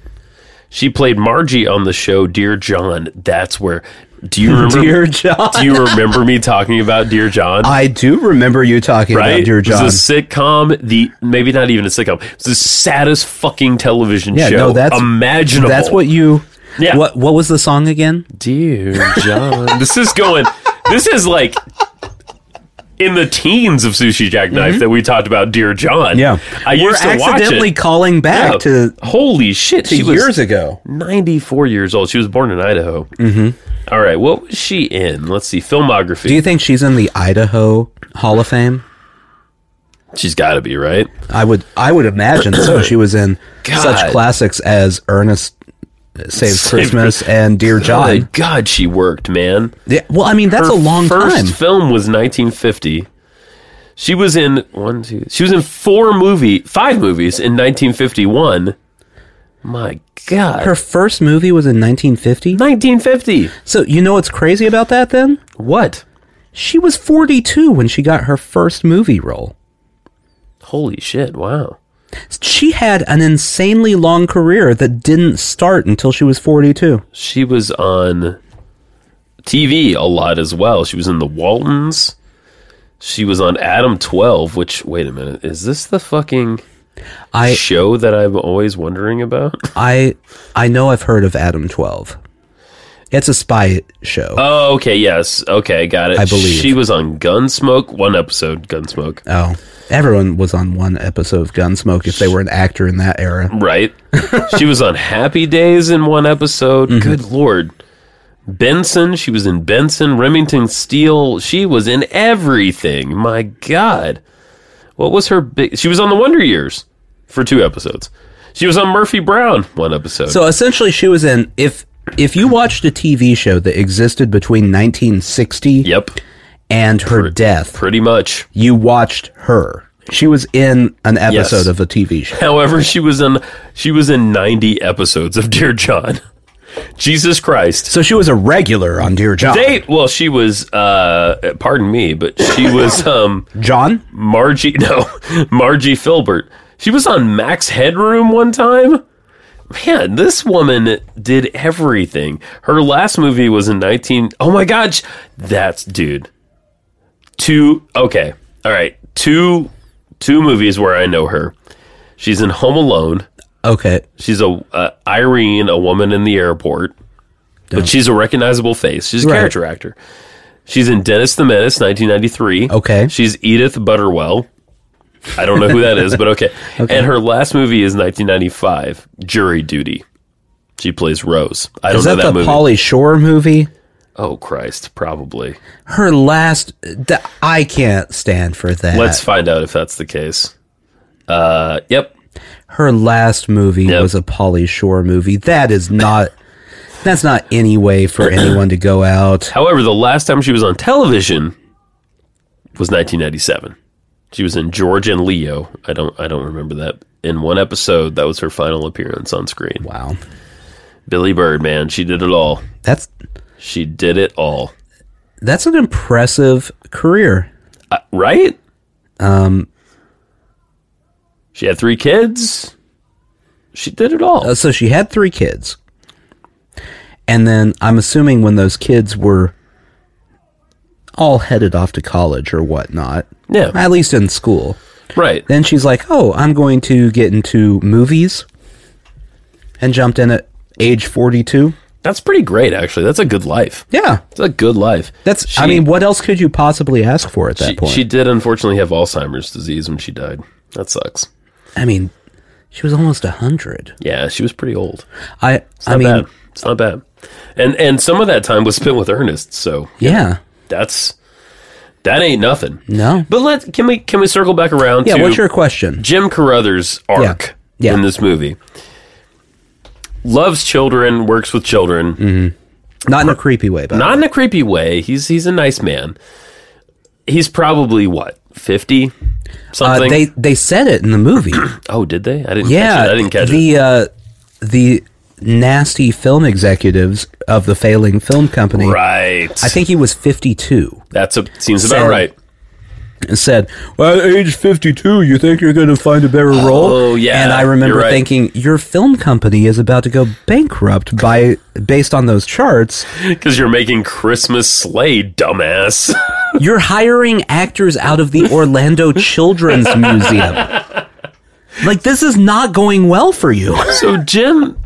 Speaker 1: She played Margie on the show Dear John. That's where. Do you remember?
Speaker 2: Dear John.
Speaker 1: do you remember me talking about Dear John?
Speaker 2: I do remember you talking
Speaker 1: right?
Speaker 2: about Dear
Speaker 1: It
Speaker 2: John.
Speaker 1: was a sitcom. The maybe not even a sitcom. It's the saddest fucking television
Speaker 2: Yeah,
Speaker 1: show
Speaker 2: no, that's-
Speaker 1: imaginable.
Speaker 2: That's what you.
Speaker 1: Yeah.
Speaker 2: What What was the song again?
Speaker 1: dear John. this is going. This is like in the teens of Sushi Jackknife that we talked about. Dear John. I
Speaker 2: Mm-hmm. We're
Speaker 1: used to
Speaker 2: accidentally
Speaker 1: watch it.
Speaker 2: calling back
Speaker 1: Yeah.
Speaker 2: to,
Speaker 1: holy shit.
Speaker 2: to
Speaker 1: she was
Speaker 2: years ago.
Speaker 1: 94 years old. She was born in Idaho. Mm-hmm. right. What was she in? Let's see. Filmography.
Speaker 2: Do you think she's in the Idaho Hall of Fame?
Speaker 1: She's got to be right.
Speaker 2: I would I would imagine so. She was in such
Speaker 1: God.
Speaker 2: classics as Ernest Saves
Speaker 1: Saved
Speaker 2: Christmas and Dear
Speaker 1: Oh My
Speaker 2: John.
Speaker 1: God, she worked, man.
Speaker 2: Yeah, well, I mean that's
Speaker 1: Her
Speaker 2: a long
Speaker 1: first
Speaker 2: time.
Speaker 1: film was 1950. She was in one, two. She was in four movie, five movies in 1951. My God,
Speaker 2: Her first movie was in 1950.
Speaker 1: 1950.
Speaker 2: So you know what's crazy about that? Then
Speaker 1: What?
Speaker 2: she was 42 when she got her first movie role.
Speaker 1: Holy shit! Wow.
Speaker 2: She had an insanely long career that didn't start until she was 42.
Speaker 1: She was on TV a lot as well. She was in The Waltons. She was on Adam 12. Which, wait a minute, is this the fucking
Speaker 2: I
Speaker 1: show that I'm always wondering about?
Speaker 2: I I know I've heard of Adam 12. It's a spy show.
Speaker 1: Oh, okay, yes. Okay, got it.
Speaker 2: I believe.
Speaker 1: She was on Gunsmoke, one episode, Gunsmoke.
Speaker 2: oh, everyone was on one episode of Gunsmoke if they were an actor in that era.
Speaker 1: Right. she was on Happy Days in one episode.
Speaker 2: Mm-hmm.
Speaker 1: Good lord. Benson, she was in Benson, Remington Steele, she was in everything. My god. What was her big She was on The Wonder Years for two episodes. She was on Murphy Brown one episode.
Speaker 2: So essentially she was in if if you watched a TV show that existed between 1960
Speaker 1: yep,
Speaker 2: and her death,
Speaker 1: pretty much.
Speaker 2: you watched her. She was in an episode
Speaker 1: Yes.
Speaker 2: of a TV show.
Speaker 1: However, she was in she was in 90 episodes of Dear John. Jesus Christ.
Speaker 2: So she was a regular on Dear John.
Speaker 1: They well, she was uh pardon me, but she was um
Speaker 2: John?
Speaker 1: Margie no, Margie Filbert. She was on Max Headroom one time. Man, this woman did everything. Her last movie was in 19 Oh my god, sh- that's dude. Two okay. All right. Two two movies where I know her. She's in Home Alone.
Speaker 2: Okay.
Speaker 1: She's a uh, Irene, a woman in the airport, but she's a recognizable face. She's a
Speaker 2: Right.
Speaker 1: character actor. She's in Dennis the Menace, 1993.
Speaker 2: Okay.
Speaker 1: She's Edith Butterwell. I don't know who that is, but okay. And her last movie is 1995, Jury Duty. She plays Rose. I don't
Speaker 2: Is
Speaker 1: know
Speaker 2: that,
Speaker 1: that,
Speaker 2: the
Speaker 1: movie.
Speaker 2: Polly Shore movie?
Speaker 1: oh Christ, probably.
Speaker 2: Her last. th- I can't stand for that.
Speaker 1: Let's find out if that's the case. Uh, yep.
Speaker 2: Her last movie
Speaker 1: Yep.
Speaker 2: was a Polly Shore movie. That is not. that's not any way for anyone to go out.
Speaker 1: However, the last time she was on television was 1997. She was in George and Leo. I don't I don't remember that. In one episode, that was her final appearance on screen.
Speaker 2: Wow.
Speaker 1: Billy Bird, man, she did it all.
Speaker 2: That's
Speaker 1: She did it all.
Speaker 2: that's an impressive career.
Speaker 1: Uh, right? Um
Speaker 2: Um,
Speaker 1: She had 3 kids. She did it all.
Speaker 2: Uh, So she had three kids. And then I'm assuming when those kids were all headed off to college or whatnot,
Speaker 1: yeah.
Speaker 2: at least in school,
Speaker 1: Right.
Speaker 2: then she's like, oh, I'm going to get into movies and jumped in at age 42.
Speaker 1: That's pretty great actually. That's a good life.
Speaker 2: Yeah.
Speaker 1: It's a good life.
Speaker 2: That's, I
Speaker 1: She-
Speaker 2: mean, what else could you possibly ask for at that
Speaker 1: she,
Speaker 2: point?
Speaker 1: she did unfortunately have Alzheimer's disease when she died. That sucks.
Speaker 2: I mean, she was almost 100.
Speaker 1: Yeah, she was pretty old.
Speaker 2: I, I
Speaker 1: Not
Speaker 2: mean,
Speaker 1: bad. It's not bad. And and some of that time was spent with Ernest, so
Speaker 2: yeah.
Speaker 1: that's that ain't nothing.
Speaker 2: No.
Speaker 1: But let can we can we circle back around
Speaker 2: Yeah,
Speaker 1: to
Speaker 2: what's your question?
Speaker 1: Jim Carruthers arc
Speaker 2: Yeah. Yeah.
Speaker 1: in this movie? Loves children, works with children.
Speaker 2: Mm-hmm. Not in a creepy way, but
Speaker 1: Not in a creepy way. He's he's a nice man. He's probably what, fifty?
Speaker 2: uh,
Speaker 1: Something.
Speaker 2: they they said it in the movie.
Speaker 1: oh, did they? I didn't catch
Speaker 2: yeah,
Speaker 1: it. I didn't catch it.
Speaker 2: the uh, the nasty film executives of the failing film company.
Speaker 1: Right.
Speaker 2: I think he was fifty two.
Speaker 1: that's a, seems
Speaker 2: Said-
Speaker 1: about right.
Speaker 2: and said, "Well, at age fifty-two, you think you're going to find a better role?"
Speaker 1: Oh, yeah,
Speaker 2: And I remember
Speaker 1: you're right.
Speaker 2: thinking, "Your film company is about to go bankrupt by based on those charts.
Speaker 1: Because you're making Christmas sleigh, dumbass.
Speaker 2: You're hiring actors out of the Orlando Children's Museum. Like this is not going well for you."
Speaker 1: so Jim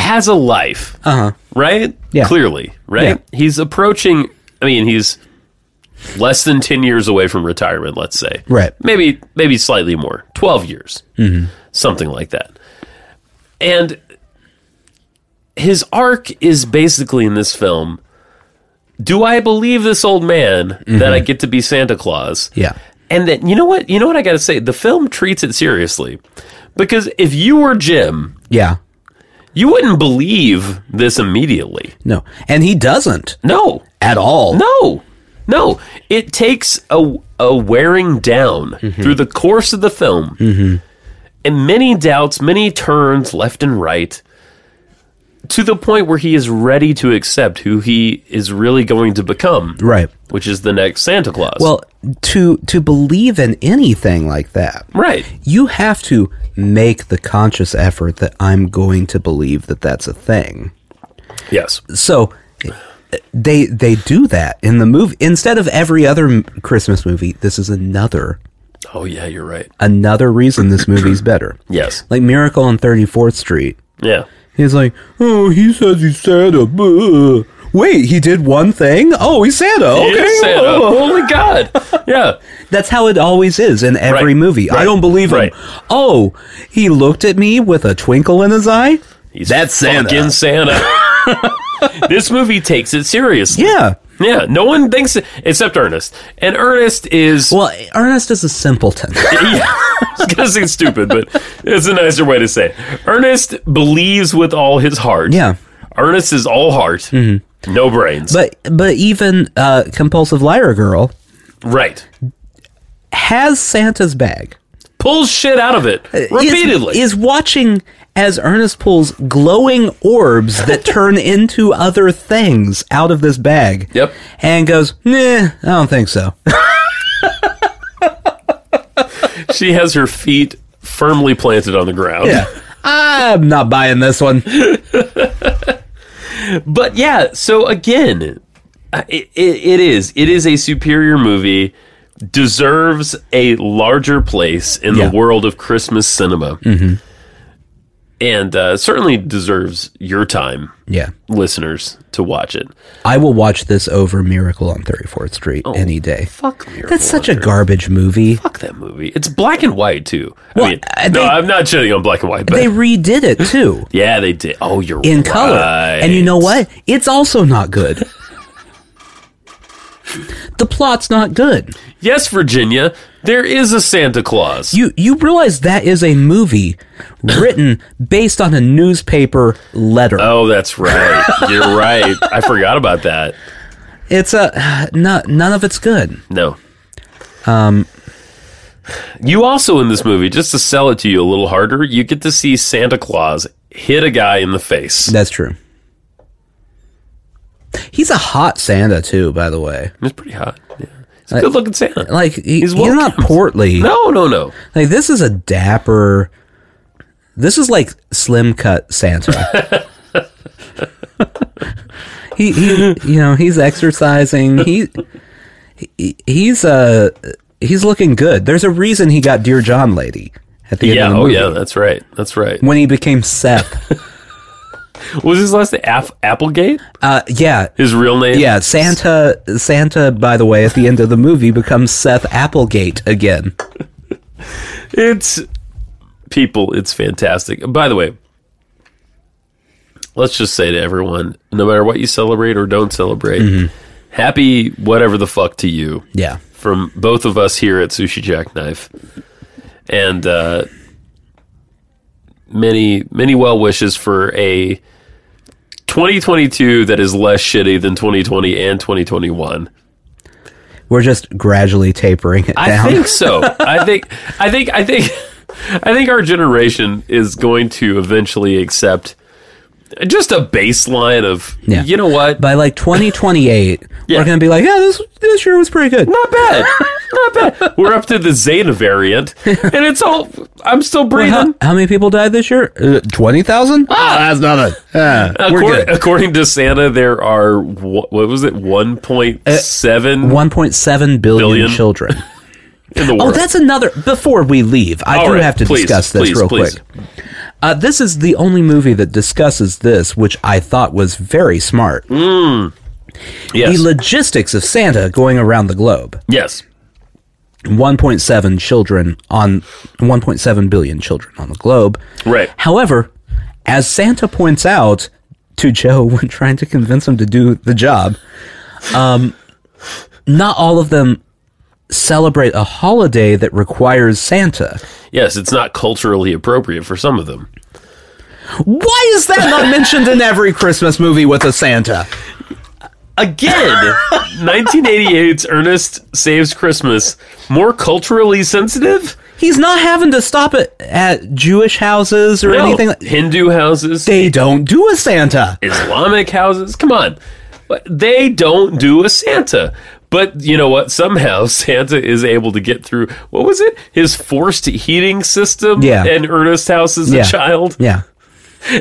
Speaker 1: has a life, uh-huh. right?
Speaker 2: Yeah.
Speaker 1: Clearly, right? He's approaching. I mean, he's less than ten years away from retirement. Let's say,
Speaker 2: Right. Mm-hmm.
Speaker 1: Maybe, maybe slightly more, twelve years, something like that. And his arc is basically in this film. Do I believe this old man that I get to be Santa Claus?
Speaker 2: Mm-hmm. Yeah.
Speaker 1: And then you know what? You know what I got to say? The film treats it seriously. Because if you were Jim,
Speaker 2: Yeah.
Speaker 1: you wouldn't believe this immediately.
Speaker 2: No. And he doesn't
Speaker 1: No.
Speaker 2: at all.
Speaker 1: No. No. It takes a a wearing down
Speaker 2: Mm-hmm.
Speaker 1: through the course of the film. And many doubts, many turns left and right to the point where he is ready to accept who he is really going to become,
Speaker 2: Right.
Speaker 1: which is the next Santa Claus.
Speaker 2: Well, to to believe in anything like that,
Speaker 1: right.
Speaker 2: you have to make the conscious effort that I'm going to believe that that's a thing.
Speaker 1: Yes.
Speaker 2: So they they do that in the movie instead of every other m- Christmas movie. This is another
Speaker 1: Oh yeah, you're right.
Speaker 2: another reason this movie's better.
Speaker 1: Yes.
Speaker 2: Like Miracle on 34th Street.
Speaker 1: Yeah.
Speaker 2: He's like, "Oh, he says he's Santa." Buh. Wait, he did one thing? Oh, he's Santa. Okay. Oh.
Speaker 1: Yes, Santa.
Speaker 2: whoa.
Speaker 1: Holy God. Yeah.
Speaker 2: That's how it always is in every
Speaker 1: Right,
Speaker 2: movie. I
Speaker 1: right,
Speaker 2: don't believe him.
Speaker 1: right.
Speaker 2: Oh, he looked at me with a twinkle in his eye.
Speaker 1: He's
Speaker 2: That's Santa.
Speaker 1: Fucking Santa. this movie takes it seriously.
Speaker 2: Yeah.
Speaker 1: Yeah. No one thinks except Ernest. And Ernest is
Speaker 2: Well, Ernest is a simpleton.
Speaker 1: I was gonna say stupid, but it's a nicer way to say it. Ernest believes with all his heart.
Speaker 2: Yeah. Mm-hmm.
Speaker 1: Ernest is all heart. No brains.
Speaker 2: but but even uh, compulsive liar girl
Speaker 1: right.
Speaker 2: has Santa's bag.
Speaker 1: Pulls shit out of it. Repeatedly.
Speaker 2: Uh, is, is watching as Ernest pulls glowing orbs that turn into other things out of this bag.
Speaker 1: Yep.
Speaker 2: And goes, nah, I don't think so.
Speaker 1: she has her feet firmly planted on the ground.
Speaker 2: Yeah. I'm not buying this one.
Speaker 1: But yeah, so again, I- it, it, it is it is a superior movie, deserves a larger place in
Speaker 2: Yeah. Mm-hmm.
Speaker 1: the world of Christmas cinema, and uh, certainly deserves your time,
Speaker 2: Yeah.
Speaker 1: listeners, to watch it.
Speaker 2: I will watch this over Miracle on 34th Street
Speaker 1: Oh.
Speaker 2: any day.
Speaker 1: Fuck Miracle
Speaker 2: That's such a
Speaker 1: on Earth.
Speaker 2: garbage movie.
Speaker 1: fuck that movie. It's black and white too.
Speaker 2: Well,
Speaker 1: I mean,
Speaker 2: uh,
Speaker 1: no,
Speaker 2: they-
Speaker 1: I'm not shitting on black and white, but
Speaker 2: They redid it too
Speaker 1: yeah, they did. Oh, you're
Speaker 2: in color.
Speaker 1: right.
Speaker 2: And you know what? It's also not good. the plot's not good.
Speaker 1: Yes, Virginia, there is a Santa Claus.
Speaker 2: You you realize that is a movie written based on a newspaper letter.
Speaker 1: Oh, that's right. You're right. I forgot about that.
Speaker 2: It's a no, none of it's good.
Speaker 1: No. Um You also in this movie, just to sell it to you a little harder, you get to see Santa Claus hit a guy in the face.
Speaker 2: That's true. He's a hot Santa too, by the way.
Speaker 1: It's pretty hot. Yeah. He's a good looking Santa.
Speaker 2: Like he,
Speaker 1: He's
Speaker 2: he's,
Speaker 1: welcome.
Speaker 2: not portly.
Speaker 1: no, no, no.
Speaker 2: Like this is a dapper. This is like slim cut Santa. he, he, you know, he's exercising. He, he he's uh he's looking good. There's a reason he got Dear John lady at the end
Speaker 1: Yeah,
Speaker 2: of the
Speaker 1: oh
Speaker 2: movie
Speaker 1: yeah, that's right. That's right.
Speaker 2: when he became Seth.
Speaker 1: What was his last name? Af- Applegate?
Speaker 2: uh, yeah.
Speaker 1: His real name?
Speaker 2: Yeah, Santa. Santa, by the way, at the end of the movie becomes Seth Applegate again.
Speaker 1: It's people, it's fantastic. By the way, let's just say to everyone, no matter what you celebrate or don't celebrate, happy whatever the fuck to you.
Speaker 2: Yeah,
Speaker 1: from both of us here at Sushi Jackknife, and uh, many many well wishes for a 2022 that is less shitty than 2020 and 2021.
Speaker 2: we're just gradually tapering it
Speaker 1: I
Speaker 2: down.
Speaker 1: think so. I think I think I think I think our generation is going to eventually accept just a baseline of
Speaker 2: Yeah.
Speaker 1: you know what
Speaker 2: by like 2028
Speaker 1: Yeah.
Speaker 2: we're gonna be like yeah this this year was pretty good
Speaker 1: not bad not bad we're up to the zeta variant and it's all i'm still breathing
Speaker 2: how, how many people died this year uh, 20000 ah, that's nothing Ah,
Speaker 1: Accor-
Speaker 2: we're good
Speaker 1: According to Santa, there are wha- what was it, one point
Speaker 2: Uh,
Speaker 1: seven
Speaker 2: 1.7 billion,
Speaker 1: Billion.
Speaker 2: children
Speaker 1: in the
Speaker 2: oh
Speaker 1: world.
Speaker 2: that's another before we leave i
Speaker 1: All
Speaker 2: do
Speaker 1: right,
Speaker 2: have to
Speaker 1: please,
Speaker 2: discuss this
Speaker 1: please,
Speaker 2: real
Speaker 1: please.
Speaker 2: quick uh, this is the only movie that discusses this which i thought was very smart
Speaker 1: Mm, yes,
Speaker 2: the logistics of santa going around the globe
Speaker 1: yes,
Speaker 2: 1.7 children on 1.7 billion children on the globe.
Speaker 1: Right.
Speaker 2: However, as Santa points out to Joe when trying to convince him to do the job, um, not all of them celebrate a holiday that requires Santa.
Speaker 1: yes. It's not culturally appropriate for some of them.
Speaker 2: Why is that not mentioned in every Christmas movie with a Santa?
Speaker 1: Again, 1988's Ernest Saves Christmas more culturally sensitive.
Speaker 2: He's not having to stop it at Jewish houses or
Speaker 1: No,
Speaker 2: anything. like-
Speaker 1: Hindu houses,
Speaker 2: They don't do a Santa.
Speaker 1: Islamic houses. Come on, But they don't do a Santa. But you know what? Somehow Santa is able to get through. What was it? His forced heating system.
Speaker 2: Yeah.
Speaker 1: And Ernest House as
Speaker 2: Yeah.
Speaker 1: a child.
Speaker 2: Yeah. Mm.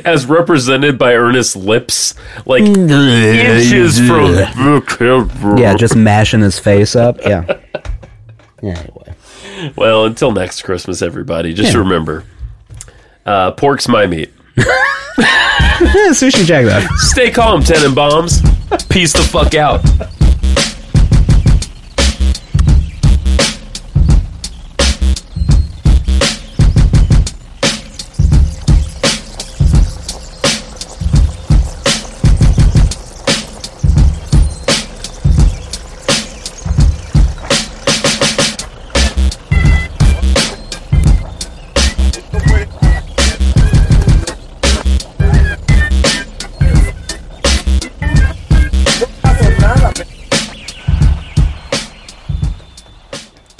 Speaker 1: as represented by Ernest's lips, like inches from the camera.
Speaker 2: Yeah, just mashing his face up. Yeah. Yeah, anyway.
Speaker 1: Well, until next Christmas, everybody, just
Speaker 2: Yeah.
Speaker 1: remember, uh, pork's my meat.
Speaker 2: Eh, Sushi Jack, though.
Speaker 1: Stay calm, Tenenbaums. Peace the fuck out.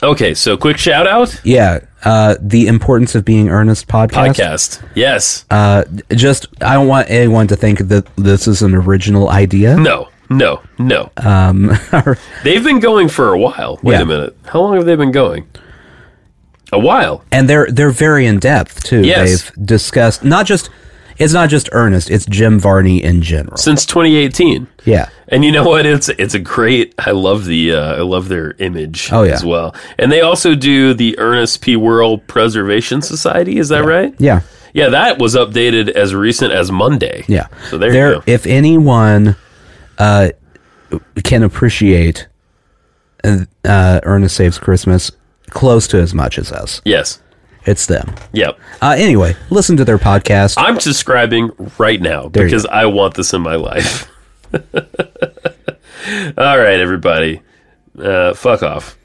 Speaker 1: Okay, so quick shout out
Speaker 2: Yeah. Uh, the importance of being earnest podcast.
Speaker 1: podcast. Yes.
Speaker 2: Uh, just, I don't want anyone to think that this is an original idea.
Speaker 1: no. No. No. They've been going for a while. Wait
Speaker 2: um, Yeah.
Speaker 1: a minute. How long have they been going? A while.
Speaker 2: and they're they're very in depth too.
Speaker 1: Yes.
Speaker 2: They've discussed not just it's not just Ernest, it's Jim Varney in general.
Speaker 1: Since 2018.
Speaker 2: Yeah.
Speaker 1: And you know what? It's it's a great. I love the uh, I love their image.
Speaker 2: Oh, yeah.
Speaker 1: as well. And they also do the Ernest P. World Preservation Society. Is that right?
Speaker 2: Yeah.
Speaker 1: Yeah, that was updated as recent as Monday.
Speaker 2: Yeah.
Speaker 1: So there you go.
Speaker 2: If anyone uh, can appreciate uh, Ernest Saves Christmas close to as much as us,
Speaker 1: Yes.
Speaker 2: it's them.
Speaker 1: Yep.
Speaker 2: Uh, anyway, listen to their podcast.
Speaker 1: I'm subscribing right now
Speaker 2: you
Speaker 1: because I want this in my life. All right, everybody. Uh, fuck off.